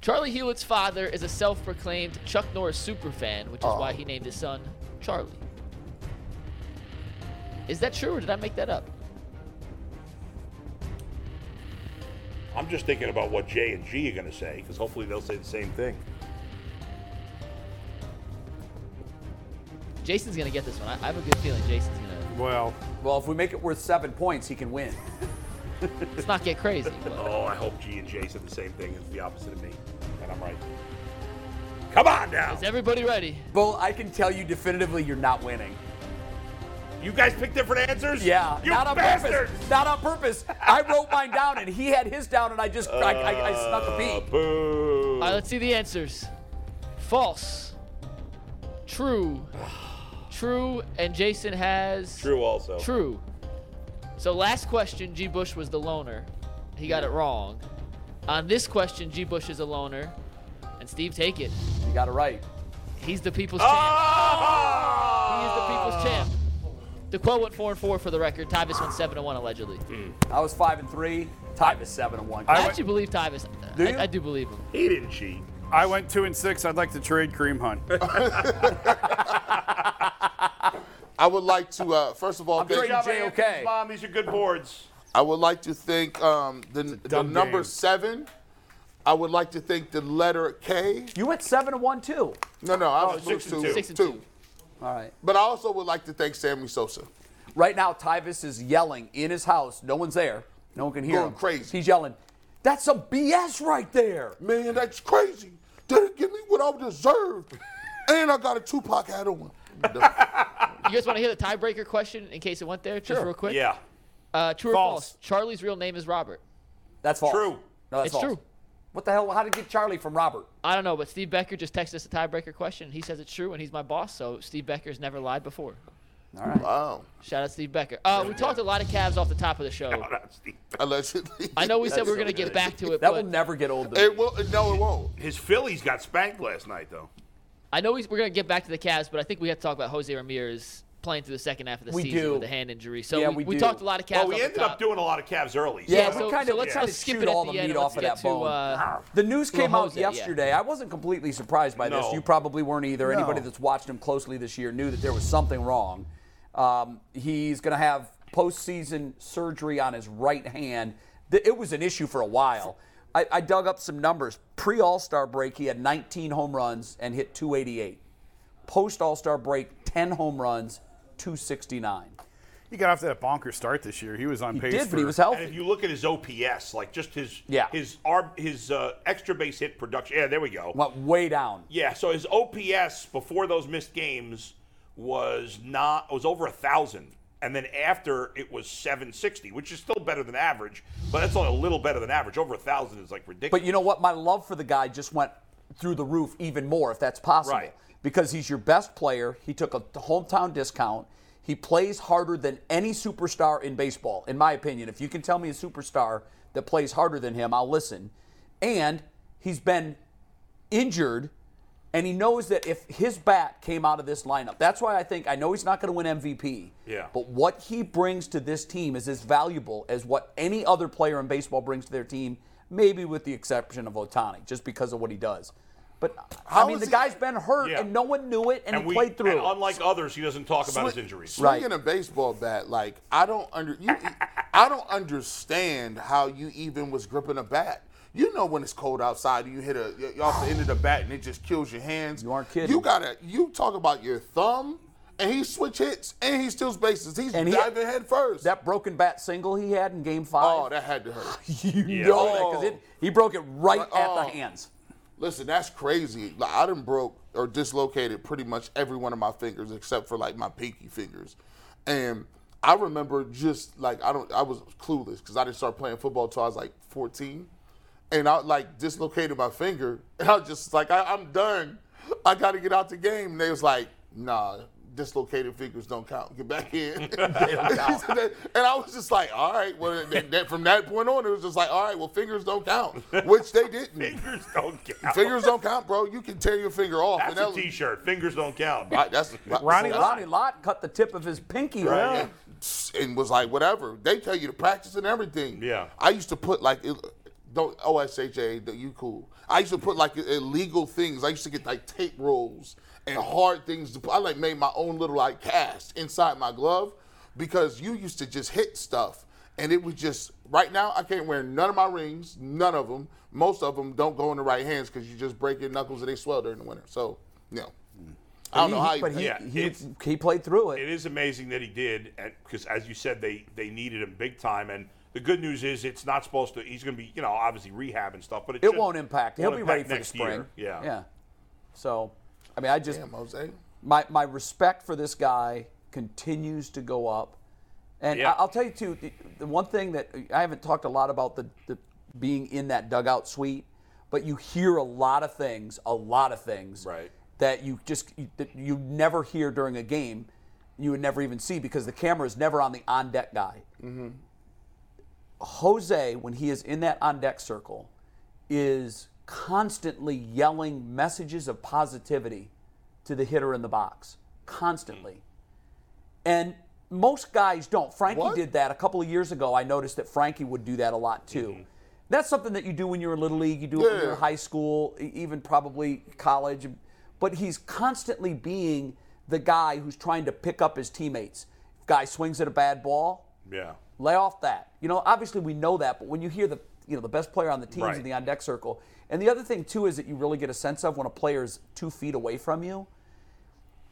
Speaker 5: Charlie Hewlett's father is a self-proclaimed Chuck Norris superfan, which is
Speaker 1: Oh.
Speaker 5: why he named his son Charlie. Is that true, or did I make that up?
Speaker 4: I'm just thinking about what J and G are going to say because hopefully they'll say the same thing.
Speaker 5: Jason's gonna get this one. I, I have a good feeling Jason's gonna.
Speaker 2: Well,
Speaker 1: Well, if we make it worth seven points, he can win.
Speaker 5: Let's not get crazy. But
Speaker 4: Oh, I hope G and J said the same thing. It's the opposite of me, and I'm right. Come on now.
Speaker 5: is everybody ready?
Speaker 1: Bull, I can tell you definitively you're not winning.
Speaker 4: You guys pick different answers?
Speaker 1: Yeah,
Speaker 4: You
Speaker 1: not on
Speaker 4: bastards!
Speaker 1: purpose. Not on purpose. I wrote mine down and he had his down, and I just I, I, I snuck a
Speaker 4: Uh,
Speaker 1: peek.
Speaker 4: boo.
Speaker 5: All right, let's see the answers. False. True. True. And Jason has.
Speaker 4: True also.
Speaker 5: True. So last question, G. Bush was the loner. He got it wrong. On this question, G. Bush is a loner. And Steve, take it.
Speaker 1: You got it right.
Speaker 5: He's the people's champ.
Speaker 4: Ah!
Speaker 5: He is the
Speaker 4: Oh!
Speaker 5: people's champ. The quote went four and four for the record. Tyvis went seven and one allegedly.
Speaker 1: I was five and three. Tyvus seven and one.
Speaker 5: I
Speaker 2: went-
Speaker 5: actually believe Tyvis.
Speaker 1: Do
Speaker 5: I,
Speaker 1: you?
Speaker 5: I do believe him.
Speaker 4: He didn't cheat.
Speaker 2: I went two and six. I'd like to trade Cream Hunt.
Speaker 6: I would like to, uh, first of all,
Speaker 1: Great
Speaker 6: thank
Speaker 1: job,
Speaker 4: J
Speaker 1: JOK.
Speaker 4: and J's Mom, these are good boards.
Speaker 6: I would like to thank um, the, the
Speaker 2: dumb
Speaker 6: number
Speaker 2: game.
Speaker 6: seven. I would like to thank the letter K.
Speaker 1: You went seven and one too.
Speaker 6: No, no, I was
Speaker 4: six and
Speaker 6: moved to
Speaker 4: two.
Speaker 5: Six and two.
Speaker 1: All right.
Speaker 6: But I also would like to thank Sammy Sosa.
Speaker 1: Right now, Tyvis is yelling in his house. No one's there. No one can hear
Speaker 6: Going
Speaker 1: him.
Speaker 6: crazy.
Speaker 1: He's yelling, "That's some BS right there."
Speaker 6: Man, that's crazy. Didn't give me what I deserved. And I got a Tupac hat on.
Speaker 5: You guys want to hear the tiebreaker question in case it went there, just real quick?
Speaker 4: Yeah.
Speaker 5: Uh, true or
Speaker 4: False.
Speaker 5: false? Charlie's real name is Robert.
Speaker 1: That's false.
Speaker 4: True.
Speaker 1: No, that's
Speaker 5: It's
Speaker 1: false.
Speaker 5: true.
Speaker 1: What the hell? How did you get Charlie from Robert?
Speaker 5: I don't know, but Steve Becker just texted us a tiebreaker question. He says it's true, and he's my boss, so Steve Becker's never lied before.
Speaker 6: Wow.
Speaker 5: Shout out Steve Becker. Uh, we talked a lot of Cavs off the top of the
Speaker 4: Oh,
Speaker 5: show.
Speaker 6: Allegedly.
Speaker 5: I know we said we were
Speaker 4: so
Speaker 5: going to get
Speaker 4: good.
Speaker 5: back to it,
Speaker 1: That
Speaker 5: but
Speaker 1: will never get old. to
Speaker 6: It
Speaker 1: me.
Speaker 6: will. No, it won't.
Speaker 4: His Phillies got spanked last night, though.
Speaker 5: I know we, we're going to get back to the Cavs, but I think we have to talk about Jose Ramirez playing through the second half of the
Speaker 1: We
Speaker 5: season
Speaker 1: do.
Speaker 5: with a hand injury. So
Speaker 1: Yeah,
Speaker 5: we,
Speaker 1: we do.
Speaker 5: talked a lot of Cavs.
Speaker 4: Well, we
Speaker 5: off
Speaker 4: ended
Speaker 5: the top.
Speaker 4: up doing a lot of Cavs early.
Speaker 1: Yeah,
Speaker 5: Yeah,
Speaker 1: we
Speaker 5: so,
Speaker 1: kind
Speaker 5: so
Speaker 1: of-
Speaker 5: let's
Speaker 1: yeah.
Speaker 5: not skip it
Speaker 1: shoot
Speaker 5: at
Speaker 1: all
Speaker 5: the
Speaker 1: the
Speaker 5: end.
Speaker 1: meat
Speaker 5: Let's
Speaker 1: off of
Speaker 5: get
Speaker 1: that
Speaker 5: to,
Speaker 1: bone.
Speaker 5: uh,
Speaker 1: The news came out
Speaker 5: Jose, yeah.
Speaker 1: yesterday. I wasn't completely surprised by this.
Speaker 4: No.
Speaker 1: You probably weren't either. Anybody
Speaker 2: No.
Speaker 1: that's watched him closely this year knew that there was something wrong. Um, he's going to have postseason surgery on his right hand. Th- It was an issue for a while. I, I dug up some numbers. Pre All Star break, he had 19 home runs and hit 288. Post All Star break, 10 home runs, 269.
Speaker 2: He got off to that bonker start this year. He was on
Speaker 1: He
Speaker 2: pace.
Speaker 1: did,
Speaker 2: for,
Speaker 1: but he was
Speaker 4: And if
Speaker 1: healthy.
Speaker 4: you look at his OPS, like just his
Speaker 1: Yeah.
Speaker 4: his arb, his uh, extra base hit production. Yeah, there we go.
Speaker 1: Went way down.
Speaker 4: Yeah, so his OPS before those missed games was not was over a thousand, and then after it was 760, which is still better than average, but that's only a little better than average. Over a thousand is like ridiculous.
Speaker 1: But you know what? My love for the guy just went through the roof even more, if that's possible.
Speaker 4: Right.
Speaker 1: Because he's your best player. He took a hometown discount. He plays harder than any superstar in baseball, in my opinion. If you can tell me a superstar that plays harder than him, I'll listen. And he's been injured, and he knows that if his bat came out of this lineup, that's why I think I know he's not going to win MVP.
Speaker 4: Yeah.
Speaker 1: But what he brings to this team is as valuable as what any other player in baseball brings to their team, maybe with the exception of Otani, just because of what he does. But I
Speaker 6: How
Speaker 1: mean,
Speaker 6: is
Speaker 1: the
Speaker 6: he-
Speaker 1: guy's been hurt,
Speaker 4: Yeah.
Speaker 1: and no one knew it, and,
Speaker 4: and
Speaker 1: he
Speaker 4: we
Speaker 1: played through.
Speaker 4: and
Speaker 1: it.
Speaker 4: unlike others, he doesn't talk about his injuries.
Speaker 1: Right.
Speaker 6: Swinging a baseball bat, like I don't under, you, I don't understand how you even was gripping a bat. You know when it's cold outside, and you hit a y- off the end of the bat, and it just kills your hands.
Speaker 1: You aren't kidding.
Speaker 6: You gotta. You talk about your thumb, and he switch hits, and he steals bases. He's
Speaker 1: And he-
Speaker 6: diving head first.
Speaker 1: that broken bat single he had in Game Five.
Speaker 6: oh, that had to hurt.
Speaker 1: you know that because it he broke it right
Speaker 6: Like,
Speaker 1: at the
Speaker 6: oh.
Speaker 1: hands.
Speaker 6: Listen, that's crazy. Like, I done broke or dislocated pretty much every one of my fingers except for like my pinky fingers. And I remember just like I don't I was clueless because I didn't start playing football till I was like 14. And I like dislocated my finger and I was just like, I, I'm done. I gotta get out the game. And they was like, nah, dislocated fingers don't count. Get back in. and I was just like, all right, well that, that- from that point on it was just like, all right, well fingers don't count. Which they didn't.
Speaker 4: Fingers don't count.
Speaker 6: Fingers don't count, bro. You can tear your finger off.
Speaker 4: That's a
Speaker 6: that'll-
Speaker 4: T-shirt. Fingers don't count.
Speaker 6: I- that's
Speaker 2: Ronnie
Speaker 6: so-
Speaker 1: Ronnie Lott cut the tip of his pinky. off.
Speaker 4: Right.
Speaker 6: and was like, whatever. They tell you to practice and everything.
Speaker 4: Yeah.
Speaker 6: I used to put like, it, don't OSHA, that you cool. I used to put like illegal things. I used to get like tape rolls and hard things. To put. I like made my own little like cast inside my glove because you used to just hit stuff. And it was just right now. I can't wear none of my rings, none of them. Most of them don't go in the right hands because you just break your knuckles and they swell during the winter. So, you know, I don't know how. You,
Speaker 1: Mm. but he,
Speaker 4: Yeah,
Speaker 1: he,
Speaker 4: it's-
Speaker 1: he played through
Speaker 4: It is amazing that he did, because as you said, they they needed him big time. And the good news is, it's not supposed to. He's going to be, you know, obviously rehab and stuff, but it,
Speaker 1: It
Speaker 4: shouldn't-
Speaker 1: won't impact. He'll
Speaker 4: won't
Speaker 1: be
Speaker 4: impact
Speaker 1: ready for the
Speaker 4: next
Speaker 1: spring.
Speaker 4: year. Yeah.
Speaker 1: Yeah. So, I mean, I just
Speaker 6: Damn, Jose.
Speaker 1: my my respect for this guy continues to go up, and
Speaker 4: Yeah.
Speaker 1: I, I'll tell you too. The, the one thing that I haven't talked a lot about the, the being in that dugout suite, but you hear a lot of things, a lot of things,
Speaker 4: Right.
Speaker 1: That you just you, that you never hear during a game, you would never even see because the camera is never on the on deck guy. Jose, when he is in that on deck circle, is constantly yelling messages of positivity to the hitter in the box. Constantly. And most guys don't. Frankie
Speaker 6: What?
Speaker 1: did that a couple of years ago. I noticed that Frankie would do that a lot too. That's something that you do when you're in Little League, you do it when you're in
Speaker 6: Mm-hmm. Yeah.
Speaker 1: high school, e- even probably college. But he's constantly being the guy who's trying to pick up his teammates. If guy swings at a bad ball,
Speaker 4: Yeah.
Speaker 1: lay off that. You know, obviously we know that, but when you hear the you know the best player on the team is in
Speaker 4: Right.
Speaker 1: the on deck circle, and the other thing too is that you really get a sense of when a player is two feet away from you,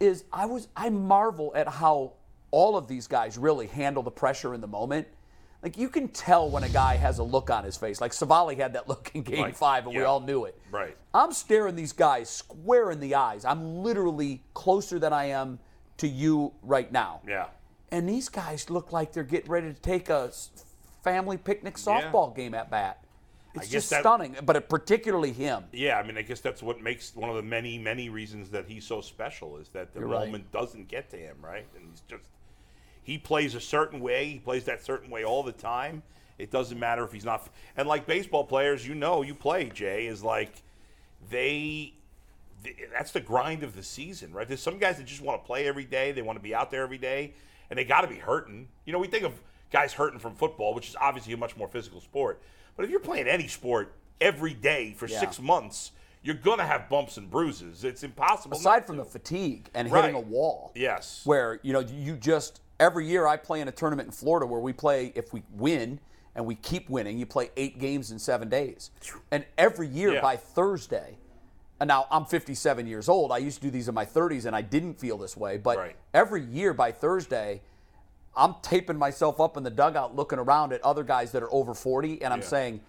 Speaker 1: is I was I marvel at how all of these guys really handle the pressure in the moment. Like you can tell when a guy has a look on his face. Like Savali had that look in Game
Speaker 4: Right.
Speaker 1: Five, and we
Speaker 4: Yeah.
Speaker 1: all knew it.
Speaker 4: Right.
Speaker 1: I'm staring these guys square in the eyes. I'm literally closer than I am to you right now
Speaker 4: Yeah.
Speaker 1: and these guys look like they're getting ready to take a s- family picnic softball game at bat. It's
Speaker 4: guess
Speaker 1: just
Speaker 4: that-
Speaker 1: stunning, but it, particularly him.
Speaker 4: Yeah, I mean, I guess that's what makes one of the many, many reasons that he's so special is that the
Speaker 1: You're right.
Speaker 4: moment doesn't get to him, right? And he's just, he plays a certain way. He plays that certain way all the time. It doesn't matter if he's not. And like baseball players, you know, you play, Jay, is like they, th- that's the grind of the season, right? There's some guys that just want to play every day. They want to be out there every day, and they got to be hurting. You know, we think of guys hurting from football, which is obviously a much more physical sport. But if you're playing any sport every day for
Speaker 1: Yeah.
Speaker 4: six months, you're gonna have bumps and bruises. It's impossible.
Speaker 1: Aside
Speaker 4: not
Speaker 1: from
Speaker 4: to.
Speaker 1: the fatigue and
Speaker 4: Right.
Speaker 1: hitting a wall.
Speaker 4: yes,
Speaker 1: where you know you just every year I play in a tournament in Florida where we play if we win and we keep winning, you play eight games in seven days, and every year
Speaker 4: Yeah.
Speaker 1: by Thursday. And now I'm 57 years old. I used to do these in my 30s, and I didn't feel this way. But
Speaker 4: Right.
Speaker 1: every year by Thursday, I'm taping myself up in the dugout, looking around at other guys that are over 40, and I'm saying,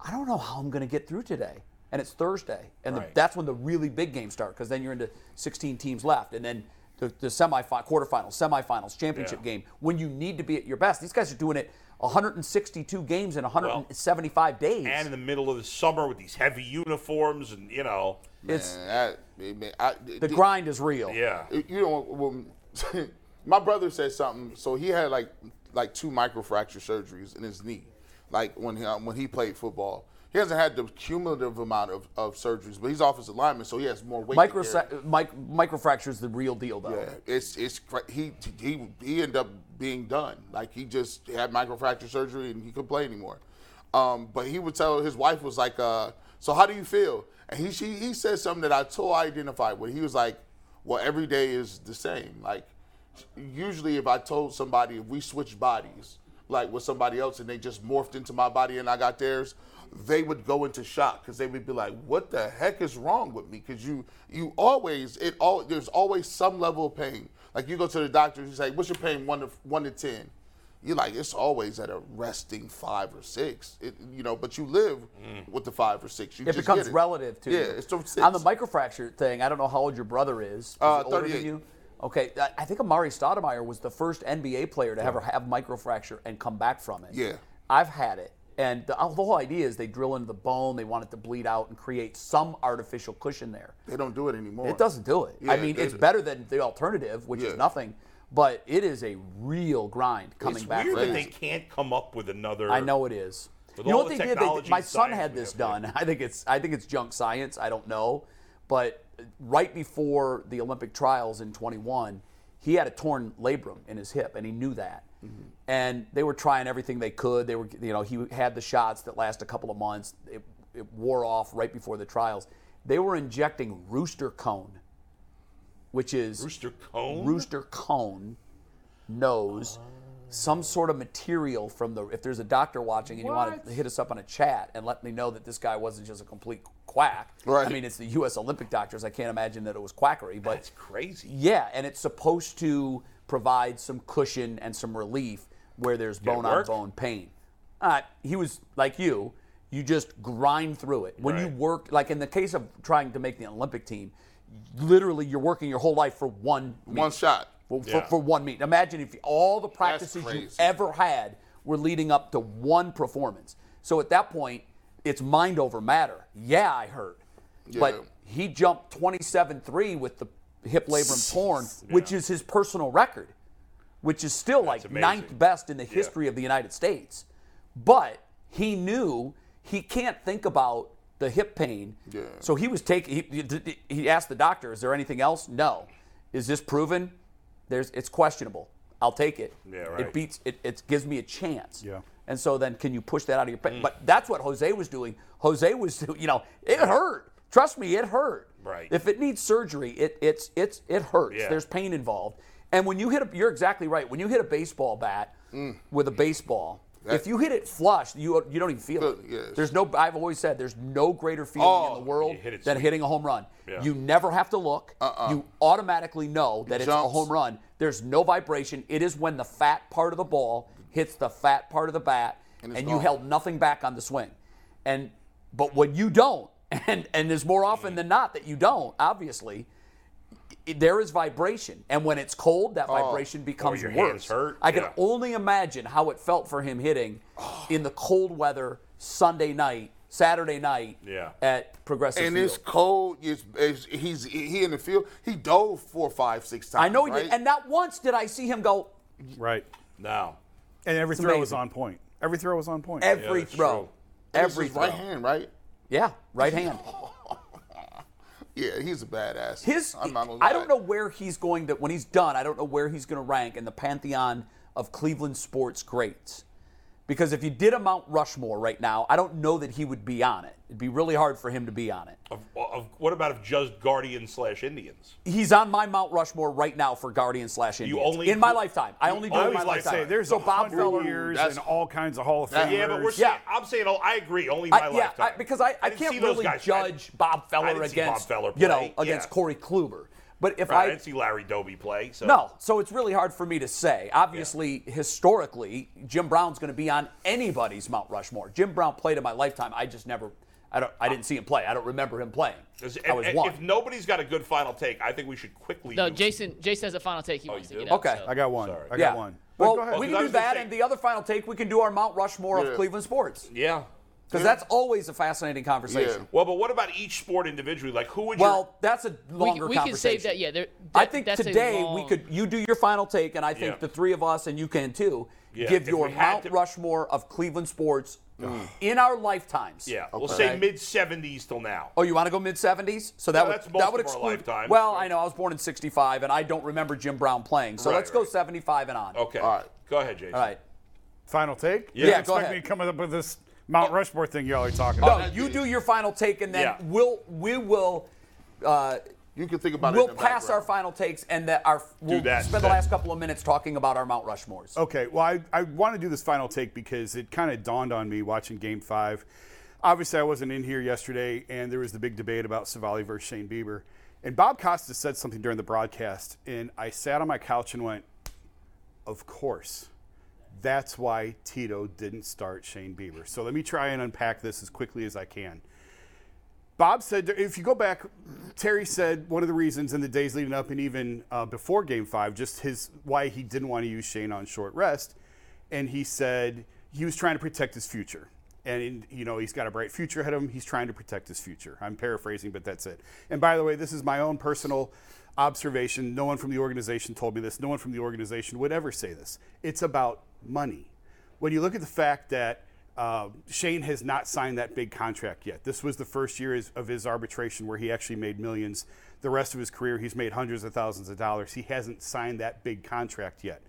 Speaker 1: I don't know how I'm going to get through today. And it's Thursday. And the,
Speaker 4: Right.
Speaker 1: that's when the really big games start because then you're into 16 teams left. And then the, the semifinal, quarterfinals, semifinals, championship
Speaker 4: Yeah.
Speaker 1: game when you need to be at your best. These guys are doing it 162 games in 175 days.
Speaker 4: and in the middle of the summer with these heavy uniforms, and you know,
Speaker 1: it's
Speaker 6: Man, that- I mean, I-
Speaker 1: The grind is real.
Speaker 4: yeah,
Speaker 6: you know, when, my brother said something. So he had like like two microfracture surgeries in his knee, like when he um, when he played football. He hasn't had the cumulative amount of, of surgeries, but he's offensive lineman, so he has more weight. to
Speaker 1: Micro,
Speaker 6: carry.
Speaker 1: mic, microfracture is the real deal, though.
Speaker 6: Yeah, it's it's cra- he he he ended up being done. Like he just had microfracture surgery and he couldn't play anymore. Um, but he would tell his wife was like, uh, "So how do you feel?" And he she, he said something that I totally identified with. He was like, "Well, every day is the same. Like usually if I told somebody if we switched bodies, like with somebody else, and they just morphed into my body and I got theirs, they would go into shock because they would be like, "What the heck is wrong with me?" Because you you always it all there's always some level of pain. Like you go to the doctor, you say, "What's your pain one to one to 10? You're like it's always at a resting five or six, it, you know. But you live with the five or six. You
Speaker 1: Mm. It
Speaker 6: just
Speaker 1: becomes
Speaker 6: get
Speaker 1: relative to
Speaker 6: yeah.
Speaker 1: you.
Speaker 6: It's the six.
Speaker 1: on the microfracture thing. I don't know how old your brother is. Is
Speaker 6: Uh,
Speaker 1: he older
Speaker 6: 38.
Speaker 1: than you? Okay, I- I think Amari Stoudemire was the first NBA player to ever have microfracture and come back from it.
Speaker 6: Yeah.
Speaker 1: I've had it, and the, the whole idea is they drill into the bone, they want it to bleed out, and create some artificial cushion there.
Speaker 6: they don't do it anymore.
Speaker 1: It doesn't do it. I
Speaker 6: Yeah,
Speaker 1: mean,
Speaker 6: they-
Speaker 1: it's better than the alternative, which
Speaker 6: Yeah.
Speaker 1: is nothing, but it is a real grind coming
Speaker 4: it's
Speaker 1: back.
Speaker 4: weird
Speaker 1: from
Speaker 4: that
Speaker 1: it.
Speaker 4: they can't come up with another.
Speaker 1: I know it is.
Speaker 4: With
Speaker 1: you know
Speaker 4: all
Speaker 1: what
Speaker 4: the
Speaker 1: they did? They,
Speaker 4: technology
Speaker 1: my
Speaker 4: and
Speaker 1: son
Speaker 4: science
Speaker 1: had
Speaker 4: we
Speaker 1: this
Speaker 4: have here.
Speaker 1: done. I think it's I think it's junk science. I don't know, but right before the Olympic trials in 21, he had a torn labrum in his hip, and he knew that.
Speaker 4: Mm-hmm.
Speaker 1: And they were trying everything they could. They were, you know, he had the shots that last a couple of months. It, it wore off right before the trials. They were injecting rooster cone, which is
Speaker 4: Rooster Cone.
Speaker 1: rooster cone knows some sort of material from the if there's a doctor watching and you want to hit us up on a chat and let me know that this guy wasn't just a complete quack
Speaker 6: Right.
Speaker 1: i mean it's the us olympic doctors i can't imagine that it was quackery but
Speaker 4: That's crazy.
Speaker 1: yeah and it's supposed to provide some cushion and some relief where there's
Speaker 4: it
Speaker 1: bone on
Speaker 4: work?
Speaker 1: bone pain uh, he was like you you just grind through it when you
Speaker 4: Right.
Speaker 1: work like in the case of trying to make the olympic team literally you're working your whole life for one
Speaker 6: one shot.
Speaker 1: for, for-
Speaker 4: Yeah.
Speaker 1: for one meet. Imagine if all the practices you
Speaker 6: crazy.
Speaker 1: ever had were leading up to one performance. So at that point, it's mind over matter. Yeah, I heard.
Speaker 6: Yeah.
Speaker 1: But he jumped 27 3 with the hip labrum torn, which is his personal record, which is still like
Speaker 4: amazing.
Speaker 1: ninth best in the history of the United States. But he knew he can't think about the hip pain.
Speaker 6: Yeah.
Speaker 1: So he was taking. He, he asked the doctor, "Is there anything else?" No. Is this proven? There's. It's questionable. I'll take it.
Speaker 4: Yeah, right.
Speaker 1: It beats. It, it gives me a chance.
Speaker 2: Yeah.
Speaker 1: And so then, can you push that out of your?
Speaker 4: Mm.
Speaker 1: pa- But that's what Jose was doing. Jose was, do- you know, it hurt. Trust me, it hurt.
Speaker 4: Right.
Speaker 1: If it needs surgery, it it's it's it hurts.
Speaker 4: Yeah.
Speaker 1: There's pain involved. And when you hit a, you're exactly right. When you hit a baseball bat with a baseball, if you hit it flush, you you don't even feel it.
Speaker 6: Yes.
Speaker 1: There's no. I've always said there's no greater feeling
Speaker 6: Oh,
Speaker 1: in the world
Speaker 4: you hit it
Speaker 1: than
Speaker 4: sweet.
Speaker 1: hitting a home run.
Speaker 4: Yeah.
Speaker 1: You never have to look. You automatically know that it's a
Speaker 6: jumps.
Speaker 1: home run. There's no vibration. It is when the fat part of the ball hits the fat part of the bat, and,
Speaker 6: it's
Speaker 1: you
Speaker 6: gone.
Speaker 1: held nothing back on the swing. And but when you don't, and and there's more often than not that you don't, obviously, it- there is vibration, and when it's cold,
Speaker 6: Oh.
Speaker 1: that vibration becomes
Speaker 4: Oh, your
Speaker 1: worse.
Speaker 4: hands hurt,
Speaker 1: I can
Speaker 4: yeah.
Speaker 1: only imagine how it felt for him hitting in the cold weather Sunday night, Saturday night
Speaker 4: Yeah.
Speaker 1: at Progressive
Speaker 6: And
Speaker 1: Field.
Speaker 6: it's cold. It's, it's, he's he in the field. He dove four, five, six times.
Speaker 1: I know he did,
Speaker 6: right?
Speaker 1: and not once did I see him go
Speaker 2: Right.
Speaker 4: No.
Speaker 2: And every throw was
Speaker 1: amazing.
Speaker 2: on point. Every throw was on point.
Speaker 1: every
Speaker 4: that's
Speaker 1: throw,
Speaker 4: true.
Speaker 6: It's his
Speaker 1: every throw.
Speaker 6: right hand, right?
Speaker 1: Yeah, right hand.
Speaker 6: Yeah, he's a badass.
Speaker 1: His,
Speaker 6: I'm not gonna
Speaker 1: I don't
Speaker 6: lie.
Speaker 1: know where he's going to when he's done. I don't know where he's going to rank in the pantheon of Cleveland sports greats. Because if you did a Mount Rushmore right now, I don't know that he would be on it. It'd be really hard for him to be on it.
Speaker 4: Of, of, what about if just Guardians slash Indians?
Speaker 1: He's on my Mount Rushmore right now for Guardian slash Indians.
Speaker 4: only-
Speaker 1: in my lifetime. I only do it in
Speaker 4: always
Speaker 1: my
Speaker 4: like
Speaker 1: lifetime.
Speaker 4: say,
Speaker 2: There's
Speaker 1: so
Speaker 2: a
Speaker 1: Bob Feller,
Speaker 2: hundred years
Speaker 6: that's-
Speaker 2: and all kinds of Hall of Famers.
Speaker 4: Yeah, but
Speaker 1: Yeah.
Speaker 4: we're saying, I'm saying, oh, I agree, only my
Speaker 1: I, yeah,
Speaker 4: lifetime.
Speaker 1: I, because I, I
Speaker 4: didn't
Speaker 1: can't
Speaker 4: see those
Speaker 1: really
Speaker 4: guys. I-
Speaker 1: judge Bob Feller
Speaker 4: I didn't see Bob
Speaker 1: against
Speaker 4: Feller
Speaker 1: you know
Speaker 4: play,
Speaker 1: against
Speaker 4: yeah.
Speaker 1: Corey Kluber. But if
Speaker 4: Right, I
Speaker 1: I
Speaker 4: didn't see Larry Doby play. So.
Speaker 1: No, so it's really hard for me to say. Obviously, historically, Jim Brown's going to be on anybody's Mount Rushmore. Jim Brown played in my lifetime. I just never, I don't, I didn't see him play. I don't remember him playing.
Speaker 4: Does-
Speaker 1: I was
Speaker 4: if,
Speaker 1: one.
Speaker 4: if nobody's got a good final take, I think we should quickly.
Speaker 5: No,
Speaker 4: do-
Speaker 5: Jason. Jason has a final take. He wants to
Speaker 4: you do?
Speaker 5: get out.
Speaker 1: Okay.
Speaker 5: so-
Speaker 2: I got one.
Speaker 4: Sorry.
Speaker 2: I got
Speaker 1: yeah.
Speaker 2: one. But
Speaker 1: Well,
Speaker 2: go ahead.
Speaker 1: we can
Speaker 4: I
Speaker 1: do
Speaker 4: was gonna
Speaker 1: that,
Speaker 4: say-
Speaker 1: and the other final take, we can do our Mount Rushmore
Speaker 6: Yeah.
Speaker 1: of Cleveland sports
Speaker 4: Yeah.
Speaker 1: because that's always a fascinating conversation.
Speaker 6: Yeah.
Speaker 4: Well, but what about each sport individually? Like, who would you?
Speaker 1: Well, that's a
Speaker 5: We,
Speaker 1: longer
Speaker 5: we
Speaker 1: conversation.
Speaker 5: can save that. Yeah. There,
Speaker 1: I
Speaker 5: that-
Speaker 1: think
Speaker 5: that's a
Speaker 1: today we
Speaker 5: long-
Speaker 1: could. You do your final take, and I think
Speaker 4: Yeah.
Speaker 1: the three of us, and you can too,
Speaker 4: Yeah,
Speaker 1: give
Speaker 4: if
Speaker 1: your
Speaker 4: we had
Speaker 1: Mount
Speaker 4: to-
Speaker 1: Rushmore of Cleveland sports in our lifetimes.
Speaker 4: Yeah, we'll
Speaker 6: Okay.
Speaker 4: say mid '70s till now.
Speaker 1: Oh, you want to go mid 70s? So that
Speaker 4: Well,
Speaker 1: would
Speaker 4: that's
Speaker 1: that
Speaker 4: most
Speaker 1: would
Speaker 4: of our
Speaker 1: exclude.
Speaker 4: lifetimes,
Speaker 1: well,
Speaker 4: right?
Speaker 1: I know I was born in 65, and I don't remember Jim Brown playing. So
Speaker 4: Right,
Speaker 1: let's go
Speaker 4: right.
Speaker 1: 75 and on.
Speaker 4: Okay.
Speaker 6: All right.
Speaker 4: Go ahead, Jason.
Speaker 1: All right.
Speaker 2: Final take?
Speaker 1: Yeah,
Speaker 2: You
Speaker 1: go
Speaker 2: expect
Speaker 1: ahead.
Speaker 2: me to come up with this Oh. Mount Rushmore thing y'all are talking
Speaker 1: No,
Speaker 2: about.
Speaker 1: you do your final take, and then
Speaker 4: Yeah.
Speaker 1: we'll we will uh,
Speaker 6: You can think about it.
Speaker 1: we'll
Speaker 6: in the
Speaker 1: pass our
Speaker 6: background.
Speaker 1: final takes, and that our we'll
Speaker 4: that,
Speaker 1: spend the
Speaker 4: that-
Speaker 1: last couple of minutes talking about our Mount Rushmores.
Speaker 2: Okay, well, I, I want to do this final take because it kind of dawned on me watching game five. Obviously, I wasn't in here yesterday, and there was the big debate about Savali versus Shane Bieber. And Bob Costas said something during the broadcast, and I sat on my couch and went, Of course. That's why Tito didn't start Shane Bieber. So let me try and unpack this as quickly as I can. Bob said, if you go back, Terry said one of the reasons in the days leading up and even uh, before Game Five, just his why he didn't want to use Shane on short rest, and he said he was trying to protect his future, and you know he's got a bright future ahead of him. He's trying to protect his future. I'm paraphrasing, but that's it. And by the way, this is my own personal observation. No one from the organization told me this. No one from the organization would ever say this. It's about money when you look at the fact that uh, Shane has not signed that big contract yet, this was the first year is- of his arbitration where he actually made millions. The rest of his career, he's made hundreds of thousands of dollars. He hasn't signed that big contract yet.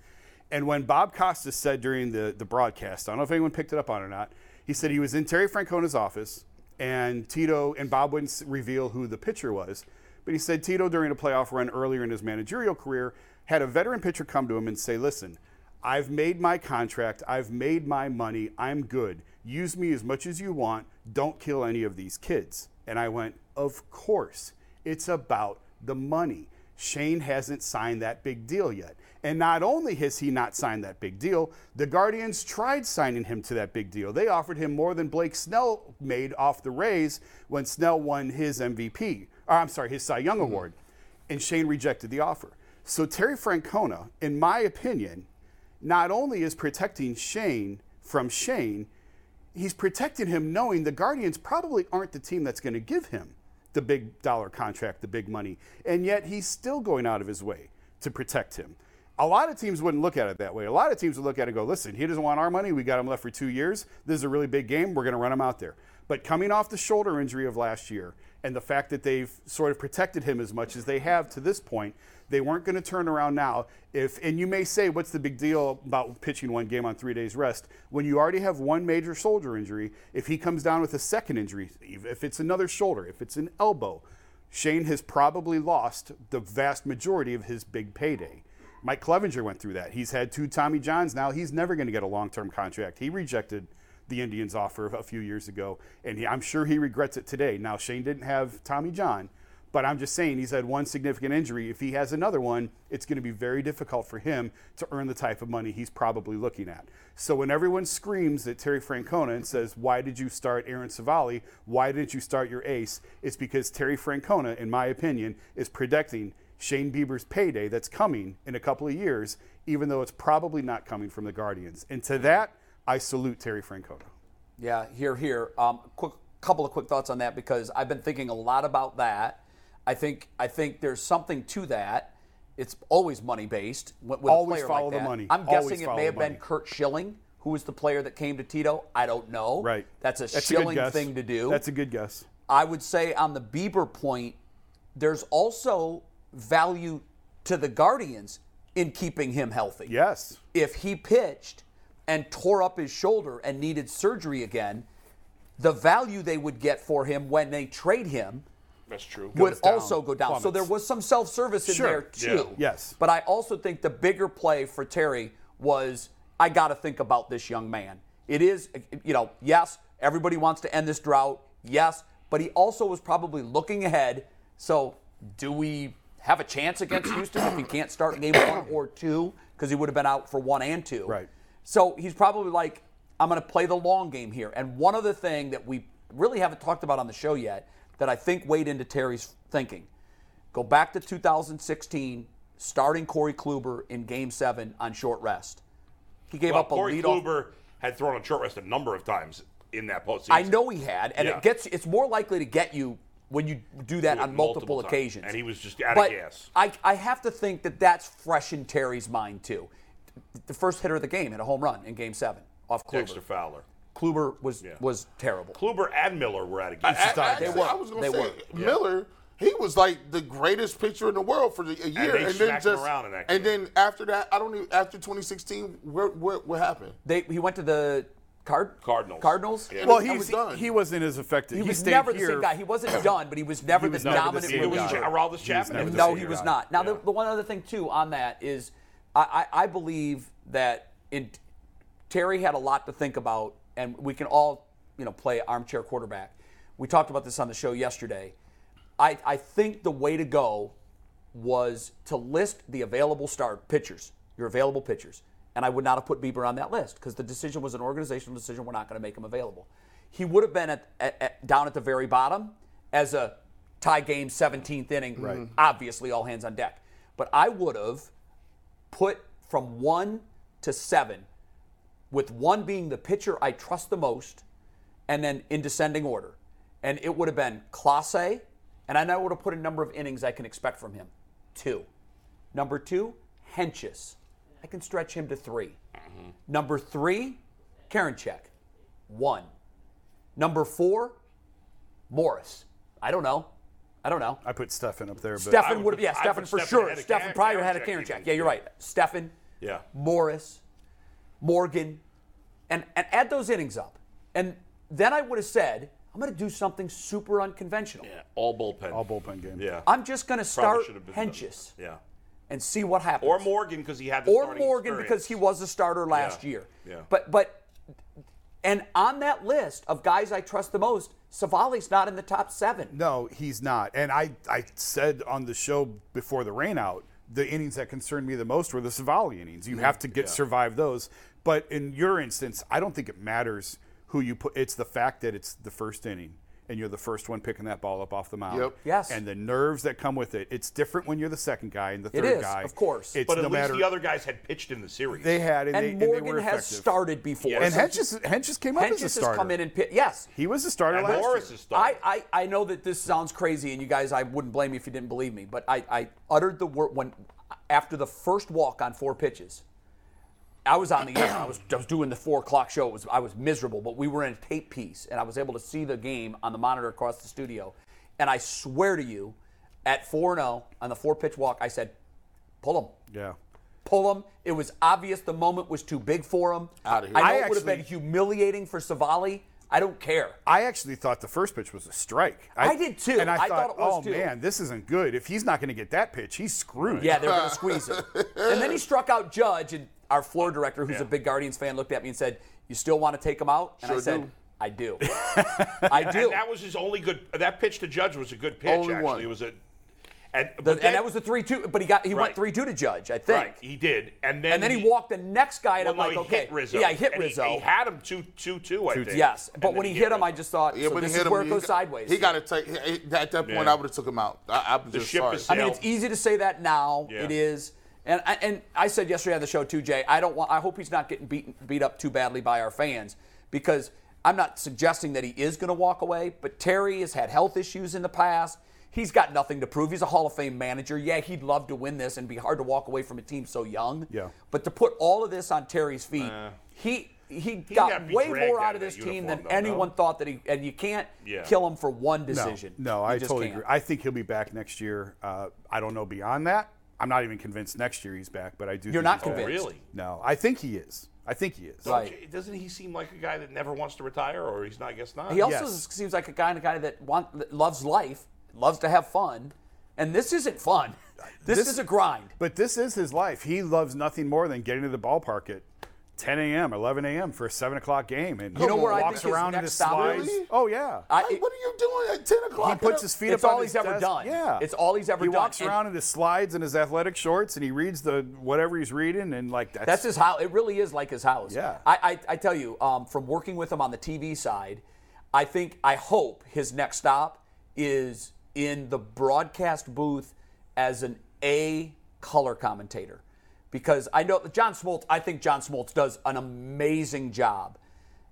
Speaker 2: And when Bob Costas said during the, the broadcast, I don't know if anyone picked it up on or not, he said he was in Terry Francona's office and Tito and Bob wouldn't s- reveal who the pitcher was. But he said Tito, during a playoff run earlier in his managerial career, had a veteran pitcher come to him and say, Listen, I've made my contract. I've made my money. I'm good. Use me as much as you want. Don't kill any of these kids. And I went, Of course. It's about the money. Shane hasn't signed that big deal yet. And not only has he not signed that big deal, the Guardians tried signing him to that big deal. They offered him more than Blake Snell made off the Rays when Snell won his MVP, or uh, I'm sorry, his Cy Young Award. And Shane rejected the offer. So Terry Francona, in my opinion, not only is protecting Shane from Shane, he's protecting him knowing the Guardians probably aren't the team that's going to give him the big dollar contract, the big money. And yet he's still going out of his way to protect him. A lot of teams wouldn't look at it that way. A lot of teams would look at it and go, listen, he doesn't want our money. We got him left for two years. This is a really big game. We're going to run him out there. But coming off the shoulder injury of last year and the fact that they've sort of protected him as much as they have to this point, they weren't going to turn around now. If and you may say, what's the big deal about pitching one game on three days rest when you already have one major shoulder injury? If he comes down with a second injury, if it's another shoulder, if it's an elbow, Shane has probably lost the vast majority of his big payday. Mike Clevenger went through that. He's had two Tommy Johns now. He's never going to get a long term contract. He rejected the Indians' offer a few years ago, and he, I'm sure he regrets it today. Now, Shane didn't have Tommy John, but I'm just saying he's had one significant injury. If he has another one, it's going to be very difficult for him to earn the type of money he's probably looking at. So when everyone screams at Terry Francona and says, "Why did you start Aaron Savali? Why didn't you start your ace?" It's because Terry Francona, in my opinion, is predicting Shane Bieber's payday that's coming in a couple of years, even though it's probably not coming from the Guardians. And to that, I salute Terry Francona.
Speaker 1: Yeah, here, here. Um, quick, couple of quick thoughts on that because I've been thinking a lot about that. I think I think there's something to that. It's always money based. With with a
Speaker 2: Always
Speaker 1: player
Speaker 2: follow
Speaker 1: like
Speaker 2: the
Speaker 1: that.
Speaker 2: money.
Speaker 1: I'm
Speaker 2: Always
Speaker 1: guessing it
Speaker 2: follow
Speaker 1: may
Speaker 2: the
Speaker 1: have been
Speaker 2: money.
Speaker 1: Kurt Schilling, who was the player that came to Tito. I don't know.
Speaker 2: Right.
Speaker 1: That's a
Speaker 2: That's a good
Speaker 1: Schilling
Speaker 2: guess.
Speaker 1: thing to do.
Speaker 2: That's a good guess.
Speaker 1: I would say on the Bieber point, there's also value to the Guardians in keeping him healthy.
Speaker 2: Yes.
Speaker 1: If he pitched and tore up his shoulder and needed surgery again, the value they would get for him when they trade him
Speaker 4: That's true.
Speaker 1: would
Speaker 2: down,
Speaker 1: also go down. So
Speaker 2: plummets.
Speaker 1: there was some self service in
Speaker 2: Sure.
Speaker 1: there too.
Speaker 2: Yeah. Yes.
Speaker 1: But I also think the bigger play for Terry was I got to think about this young man. It is, you know, yes, everybody wants to end this drought. Yes, but he also was probably looking ahead. So do we have a chance against Houston if he can't start game one or two because he would have been out for one and two?
Speaker 2: Right.
Speaker 1: So he's probably like, I'm going to play the long game here. And one other thing that we really haven't talked about on the show yet that I think weighed into Terry's thinking go back to 2016, starting Corey Kluber in game seven on short rest. He gave
Speaker 4: Well,
Speaker 1: up a
Speaker 4: Corey
Speaker 1: lead
Speaker 4: Kluber had thrown on short rest a number of times in that postseason.
Speaker 1: I know he had, and
Speaker 4: Yeah.
Speaker 1: it gets it's more likely to get you when you do that
Speaker 4: Do it
Speaker 1: on multiple,
Speaker 4: multiple times.
Speaker 1: occasions.
Speaker 4: And he was just out of
Speaker 1: but
Speaker 4: gas.
Speaker 1: I, I have to think that that's fresh in Terry's mind too. The first hitter of the game hit a home run in game seven off Kluber.
Speaker 4: Dexter Fowler.
Speaker 1: Kluber was was terrible.
Speaker 4: Kluber and Miller were out of
Speaker 6: I,
Speaker 4: gas.
Speaker 6: I-
Speaker 1: They
Speaker 6: actually,
Speaker 1: were.
Speaker 6: I was going to
Speaker 1: They
Speaker 6: say, uh,
Speaker 1: were.
Speaker 6: Miller, he was like the greatest pitcher in the world for the, a year.
Speaker 4: they
Speaker 6: then
Speaker 4: smacked him
Speaker 6: just,
Speaker 4: around in that
Speaker 6: and
Speaker 4: game.
Speaker 6: then after that, I don't even, after 2016, where, where, what happened?
Speaker 1: They he went to the card
Speaker 4: Cardinals.
Speaker 1: Cardinals.
Speaker 4: Yeah.
Speaker 2: Well,
Speaker 6: I was
Speaker 2: he's,
Speaker 6: done.
Speaker 2: he wasn't as effective.
Speaker 1: He was
Speaker 2: stayed
Speaker 1: never the
Speaker 2: here
Speaker 1: same guy. He wasn't done, but he was never
Speaker 2: was
Speaker 1: the
Speaker 2: never the
Speaker 1: dominant
Speaker 2: same
Speaker 4: it was
Speaker 2: guy.
Speaker 1: reliever.
Speaker 4: Cha- Aroldis Chapman.
Speaker 2: never the
Speaker 1: No,
Speaker 2: same
Speaker 1: he
Speaker 2: guy.
Speaker 1: was not. Now, the, the one other thing too on that is, I, I, I believe that in Terry had a lot to think about, and we can all, you know, play armchair quarterback. We talked about this on the show yesterday. I, I think the way to go was to list the available start pitchers, your available pitchers, and I would not have put Bieber on that list because the decision was an organizational decision. We're not going to make him available. He would have been at, at, at- down at the very bottom as a tie game, 17th inning. Right. Obviously, all hands on deck. But I would have put from one to seven with one being the pitcher I trust the most, and then in descending order. And it would have been Classe, and I know I would have put a number of innings I can expect from him. Two. Number two, Henches. I can stretch him to 3 Number three, Karinchek. One. Number four, Morris. I don't know. I don't know.
Speaker 2: I put Stefan up there. But
Speaker 4: I
Speaker 1: Stefan
Speaker 4: would
Speaker 1: would have, yeah,
Speaker 4: put- I'd
Speaker 1: Stefan
Speaker 4: put
Speaker 1: for
Speaker 4: Stefan
Speaker 1: sure.
Speaker 4: ahead of
Speaker 1: Stefan
Speaker 4: Karen-
Speaker 1: probably had a
Speaker 4: Karen
Speaker 1: Karen
Speaker 4: check
Speaker 1: check.
Speaker 4: even.
Speaker 1: Yeah, you're
Speaker 4: Yeah.
Speaker 1: right. Stefan,
Speaker 4: Yeah.
Speaker 1: Morris, Morgan, and, and add those innings up. And then I would have said, I'm going to do something super unconventional.
Speaker 4: Yeah, all bullpen.
Speaker 2: All bullpen game.
Speaker 4: Yeah.
Speaker 1: I'm just going to
Speaker 4: Probably
Speaker 1: start
Speaker 4: should have been done.
Speaker 1: Henches
Speaker 4: Yeah.
Speaker 1: and see what happens.
Speaker 4: Or Morgan because he had the
Speaker 1: or
Speaker 4: starting
Speaker 1: Morgan because
Speaker 4: experience.
Speaker 1: he was a starter last
Speaker 4: Yeah.
Speaker 1: year.
Speaker 4: Yeah.
Speaker 1: But but and on that list of guys I trust the most, Savali's not in the top seven.
Speaker 2: No, he's not. And I, I said on the show before the rainout, the innings that concerned me the most were the Savali innings. You have to get survive those. But in your instance, I don't think it matters who you put. It's the fact that it's the first inning and you're the first one picking that ball up off the mound.
Speaker 6: Yep.
Speaker 1: Yes.
Speaker 2: And the nerves that come with it. It's different when you're the second guy and the third
Speaker 1: is,
Speaker 2: guy.
Speaker 1: of course.
Speaker 2: It's
Speaker 4: But at
Speaker 2: no
Speaker 4: least
Speaker 2: matter
Speaker 4: the other guys had pitched in the series.
Speaker 2: they had and,
Speaker 1: And
Speaker 2: they, and they
Speaker 1: Morgan
Speaker 2: were
Speaker 1: has
Speaker 2: effective.
Speaker 1: started before.
Speaker 2: And
Speaker 1: So
Speaker 2: Henches, Henches came up
Speaker 1: Henches
Speaker 2: as a
Speaker 1: has
Speaker 2: starter.
Speaker 1: come in and pit. Yes.
Speaker 2: he was a starter
Speaker 4: and
Speaker 2: last
Speaker 4: Morris
Speaker 2: year.
Speaker 4: is starting.
Speaker 1: I, I, I know that this sounds crazy, and you guys, I wouldn't blame you if you didn't believe me, but I, I uttered the word when after the first walk on four pitches. I was on the air. I was, I was doing the four o'clock show. It was, I was miserable, but we were in a tape piece, and I was able to see the game on the monitor across the studio. And I swear to you, at 4 0 on the four pitch walk, I said, pull him.
Speaker 2: Yeah.
Speaker 1: Pull him. It was obvious the moment was too big for him.
Speaker 6: Outta here.
Speaker 1: I know
Speaker 2: I
Speaker 1: it would have been
Speaker 2: actually-
Speaker 1: humiliating for Savali. I don't care.
Speaker 2: I actually thought the first pitch was a strike.
Speaker 1: I did too.
Speaker 2: And I,
Speaker 1: I
Speaker 2: thought,
Speaker 1: thought it was
Speaker 2: oh
Speaker 1: too."
Speaker 2: man, this isn't good. If he's not going to get that pitch, he's screwed.
Speaker 1: Yeah, they were going to squeeze him. And then he struck out Judge, and our floor director, who's a big Guardians fan, looked at me and said, "You still want to take him out?" And I
Speaker 6: Sure
Speaker 1: said,
Speaker 6: do.
Speaker 1: "I do. I do."
Speaker 4: And that was his only good. That pitch to Judge was a good pitch.
Speaker 6: Only
Speaker 4: actually,
Speaker 6: one.
Speaker 4: it was a. And,
Speaker 1: The-
Speaker 4: but then-
Speaker 1: and that was the three two, but he got he
Speaker 4: Right.
Speaker 1: went three two to judge, I think.
Speaker 4: right. He did, and then
Speaker 1: And then he walked the next guy, and
Speaker 4: Well,
Speaker 1: I'm
Speaker 4: no,
Speaker 1: like,
Speaker 4: he
Speaker 1: okay,
Speaker 4: hit Rizzo.
Speaker 1: yeah, he hit
Speaker 4: And
Speaker 1: Rizzo.
Speaker 4: He, had him two, two, two. I think.
Speaker 1: yes,
Speaker 4: And
Speaker 1: but
Speaker 4: then
Speaker 1: when he hit him, I
Speaker 4: Rizzo.
Speaker 1: just thought, so
Speaker 6: when
Speaker 1: this
Speaker 6: he hit
Speaker 1: is where
Speaker 6: him,
Speaker 1: it
Speaker 6: he
Speaker 1: goes
Speaker 6: got-
Speaker 1: sideways.
Speaker 6: He got to take. he- he- At that point,
Speaker 4: Yeah.
Speaker 6: I would have took him out. I, I'm just
Speaker 4: ship
Speaker 6: sorry.
Speaker 4: is
Speaker 1: I mean,
Speaker 4: Yeah.
Speaker 1: it's easy to say that now.
Speaker 4: Yeah.
Speaker 1: It is. And I, and I said yesterday on the show too, Jay. I don't want. I hope he's not getting beaten beat up too badly by our fans because I'm not suggesting that he is going to walk away. But Terry has had health issues in the past. He's got nothing to prove. He's a Hall of Fame manager. Yeah, he'd love to win this and be hard to walk away from a team so young.
Speaker 2: Yeah.
Speaker 1: But to put all of this on Terry's feet, he he
Speaker 4: got
Speaker 1: got
Speaker 4: be
Speaker 1: way
Speaker 4: dragged
Speaker 1: more
Speaker 4: out
Speaker 1: out of
Speaker 4: of that
Speaker 1: this team
Speaker 4: uniform,
Speaker 1: than
Speaker 4: though, no?
Speaker 1: anyone thought that he. And you can't
Speaker 4: Yeah.
Speaker 1: kill him for one
Speaker 2: No,
Speaker 1: decision.
Speaker 2: No,
Speaker 1: You
Speaker 2: I
Speaker 1: just
Speaker 2: totally
Speaker 1: can't.
Speaker 2: agree. I think he'll be back next year. Uh, I don't know beyond that. I'm not even convinced next year he's back, but I do.
Speaker 1: You're
Speaker 2: think
Speaker 1: not
Speaker 2: he's
Speaker 4: Oh,
Speaker 2: back.
Speaker 1: convinced.
Speaker 4: really?
Speaker 2: No, I think he is. I think he is.
Speaker 1: Right.
Speaker 4: Okay, Doesn't he seem like a guy that never wants to retire, or he's not? I guess not.
Speaker 1: He also
Speaker 2: Yes.
Speaker 1: seems like a kind of guy that want, that loves life, loves to have fun, and this isn't fun. This,
Speaker 2: This-
Speaker 1: is a grind.
Speaker 2: But this is his life. He loves nothing more than getting to the ballpark at 10 a.m., 11 a.m. for a seven o'clock game, and
Speaker 1: You know where I
Speaker 2: walks
Speaker 1: think his
Speaker 2: around in
Speaker 1: next
Speaker 2: his
Speaker 1: stop
Speaker 2: slides.
Speaker 1: is?
Speaker 2: Oh yeah.
Speaker 1: I-
Speaker 6: Hey, what are you doing at 10 o'clock?
Speaker 2: he
Speaker 6: in
Speaker 2: puts
Speaker 6: the-
Speaker 2: his feet
Speaker 1: It's
Speaker 2: up
Speaker 1: all
Speaker 2: on
Speaker 1: he's
Speaker 2: his
Speaker 1: ever
Speaker 2: desk.
Speaker 1: done.
Speaker 2: Yeah,
Speaker 1: It's all he's ever
Speaker 2: he
Speaker 1: done,
Speaker 2: walks
Speaker 1: and-
Speaker 2: around in his slides and his athletic shorts, and he reads the whatever he's reading, and like that's,
Speaker 1: That's his house. It really is like his house.
Speaker 2: Yeah.
Speaker 1: I, I, I tell you, um, from working with him on the TV side, I think, I hope his next stop is in the broadcast booth as an A color commentator. Because I know John Smoltz, I think John Smoltz does an amazing job.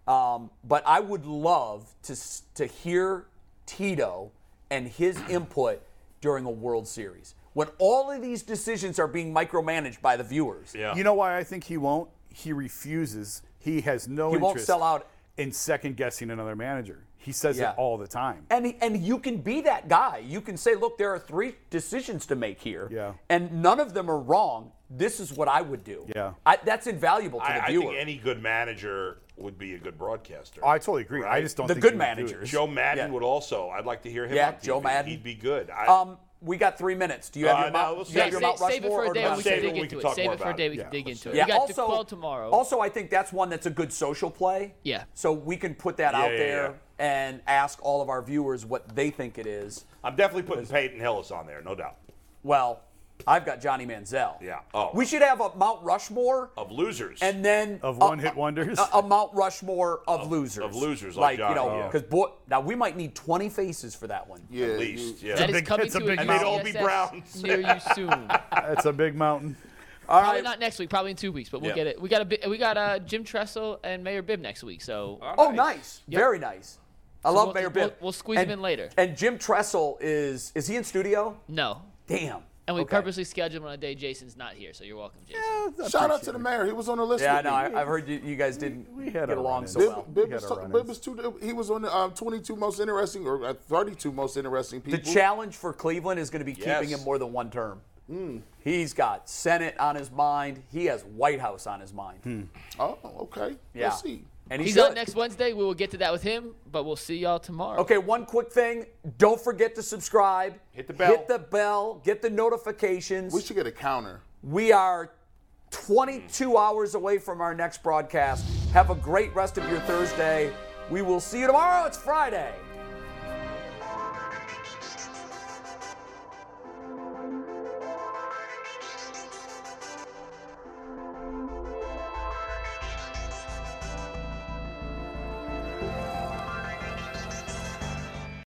Speaker 1: Um, but I would love to, s- to hear Tito and his input during a World Series when all of these decisions are being micromanaged by the viewers.
Speaker 4: Yeah.
Speaker 2: You know why I think he won't? He refuses. He has no
Speaker 1: He
Speaker 2: interest
Speaker 1: won't sell out.
Speaker 2: in second guessing another manager. He says
Speaker 1: Yeah.
Speaker 2: it all the time.
Speaker 1: And and you can be that guy. You can say, look, there are three decisions to make here,
Speaker 2: Yeah.
Speaker 1: and none of them are wrong. This is what I would do.
Speaker 2: Yeah.
Speaker 1: I, that's invaluable to
Speaker 4: I,
Speaker 1: the
Speaker 4: I
Speaker 1: viewer.
Speaker 4: think any good manager would be a good broadcaster.
Speaker 2: Oh, I totally agree. I
Speaker 4: Right.
Speaker 2: just don't
Speaker 1: The
Speaker 2: think
Speaker 1: good
Speaker 2: he would do it.
Speaker 1: managers.
Speaker 4: Joe Madden
Speaker 1: Yeah.
Speaker 4: would also. I'd like to hear him.
Speaker 1: Yeah,
Speaker 4: on TV.
Speaker 1: Joe Madden.
Speaker 4: He'd be good. I,
Speaker 1: um, we got three minutes. Do you have
Speaker 4: Uh,
Speaker 1: your
Speaker 4: no,
Speaker 1: Mount,
Speaker 4: we'll
Speaker 1: do you have
Speaker 4: save
Speaker 1: your
Speaker 4: it.
Speaker 1: Mount
Speaker 5: save it
Speaker 1: Rushmore
Speaker 5: for a
Speaker 1: or
Speaker 5: day.
Speaker 1: not?
Speaker 5: We
Speaker 4: Save
Speaker 5: can
Speaker 4: it
Speaker 5: dig
Speaker 4: when we
Speaker 5: into
Speaker 4: can
Speaker 5: it.
Speaker 4: talk
Speaker 5: Save
Speaker 4: more
Speaker 5: it for a
Speaker 4: about
Speaker 5: day.
Speaker 4: it.
Speaker 5: We
Speaker 2: Yeah,
Speaker 5: can dig
Speaker 2: let's
Speaker 5: into
Speaker 2: do
Speaker 5: it.
Speaker 2: it.
Speaker 5: We got
Speaker 1: also,
Speaker 5: DeQuell tomorrow.
Speaker 1: Also, I think that's one that's a good social play.
Speaker 5: Yeah.
Speaker 1: So we can put that
Speaker 4: Yeah,
Speaker 1: out
Speaker 4: yeah,
Speaker 1: there and ask all of our viewers what they think it is.
Speaker 4: I'm definitely putting Peyton Hillis on there, no doubt.
Speaker 1: Well, I've got Johnny Manziel.
Speaker 4: Yeah. Oh.
Speaker 1: We should have a Mount Rushmore
Speaker 4: Of losers.
Speaker 1: and then
Speaker 2: Of
Speaker 1: a-
Speaker 2: one-hit wonders?
Speaker 1: a, a Mount Rushmore of, losers,
Speaker 4: of losers,
Speaker 1: like,
Speaker 4: like John,
Speaker 1: you know,
Speaker 4: yeah.
Speaker 1: because boy, now we might need 20 faces for that one.
Speaker 6: Yeah,
Speaker 4: at least,
Speaker 6: you-
Speaker 4: yeah.
Speaker 5: That is
Speaker 2: big-
Speaker 5: coming
Speaker 2: it's a
Speaker 5: to
Speaker 2: big
Speaker 5: an
Speaker 2: mountain. They'd
Speaker 4: all be
Speaker 5: UCSS
Speaker 4: Browns.
Speaker 5: near you soon.
Speaker 2: That's a big mountain.
Speaker 5: Probably not next week. Probably in two weeks, but we'll
Speaker 4: Yeah.
Speaker 5: get it. We got a bi- we got uh, Jim Tressel and Mayor Bibb next week. So
Speaker 1: Oh, nice, very nice. I love
Speaker 5: we'll-
Speaker 1: Mayor Bill.
Speaker 5: we'll- we'll squeeze him in later.
Speaker 1: And Jim Tressel is is he in studio?
Speaker 5: no,
Speaker 1: Damn.
Speaker 5: and we
Speaker 1: Okay.
Speaker 5: purposely scheduled him on a day Jason's not here. So you're welcome, Jason.
Speaker 6: Shout out to the mayor. He was on the list.
Speaker 1: Yeah, I
Speaker 6: with
Speaker 1: know.
Speaker 6: me.
Speaker 1: I, I've heard you, you guys didn't
Speaker 2: had
Speaker 1: get
Speaker 2: our
Speaker 1: along
Speaker 2: run-ins.
Speaker 1: so
Speaker 6: Bib,
Speaker 1: well.
Speaker 6: Bib
Speaker 2: We
Speaker 6: was
Speaker 2: had
Speaker 6: t-
Speaker 2: our
Speaker 6: Bib was two. He was on the um, 22 most interesting or uh, 32 most interesting
Speaker 1: The
Speaker 6: people.
Speaker 1: challenge for Cleveland is going to be keeping
Speaker 4: Yes.
Speaker 1: him more than one term. He's got Senate on his mind. He has White House on his mind.
Speaker 2: Hmm.
Speaker 6: Oh, okay.
Speaker 1: Yeah.
Speaker 6: Let's see.
Speaker 1: And he
Speaker 5: He's
Speaker 1: should.
Speaker 5: on next Wednesday. We will get to that with him, but we'll see y'all tomorrow.
Speaker 1: Okay, one quick thing. Don't forget to subscribe.
Speaker 4: Hit the bell.
Speaker 1: Hit the bell. Get the notifications.
Speaker 6: We should get a counter.
Speaker 1: We are 22 hours away from our next broadcast. Have a great rest of your Thursday. We will see you tomorrow. It's Friday.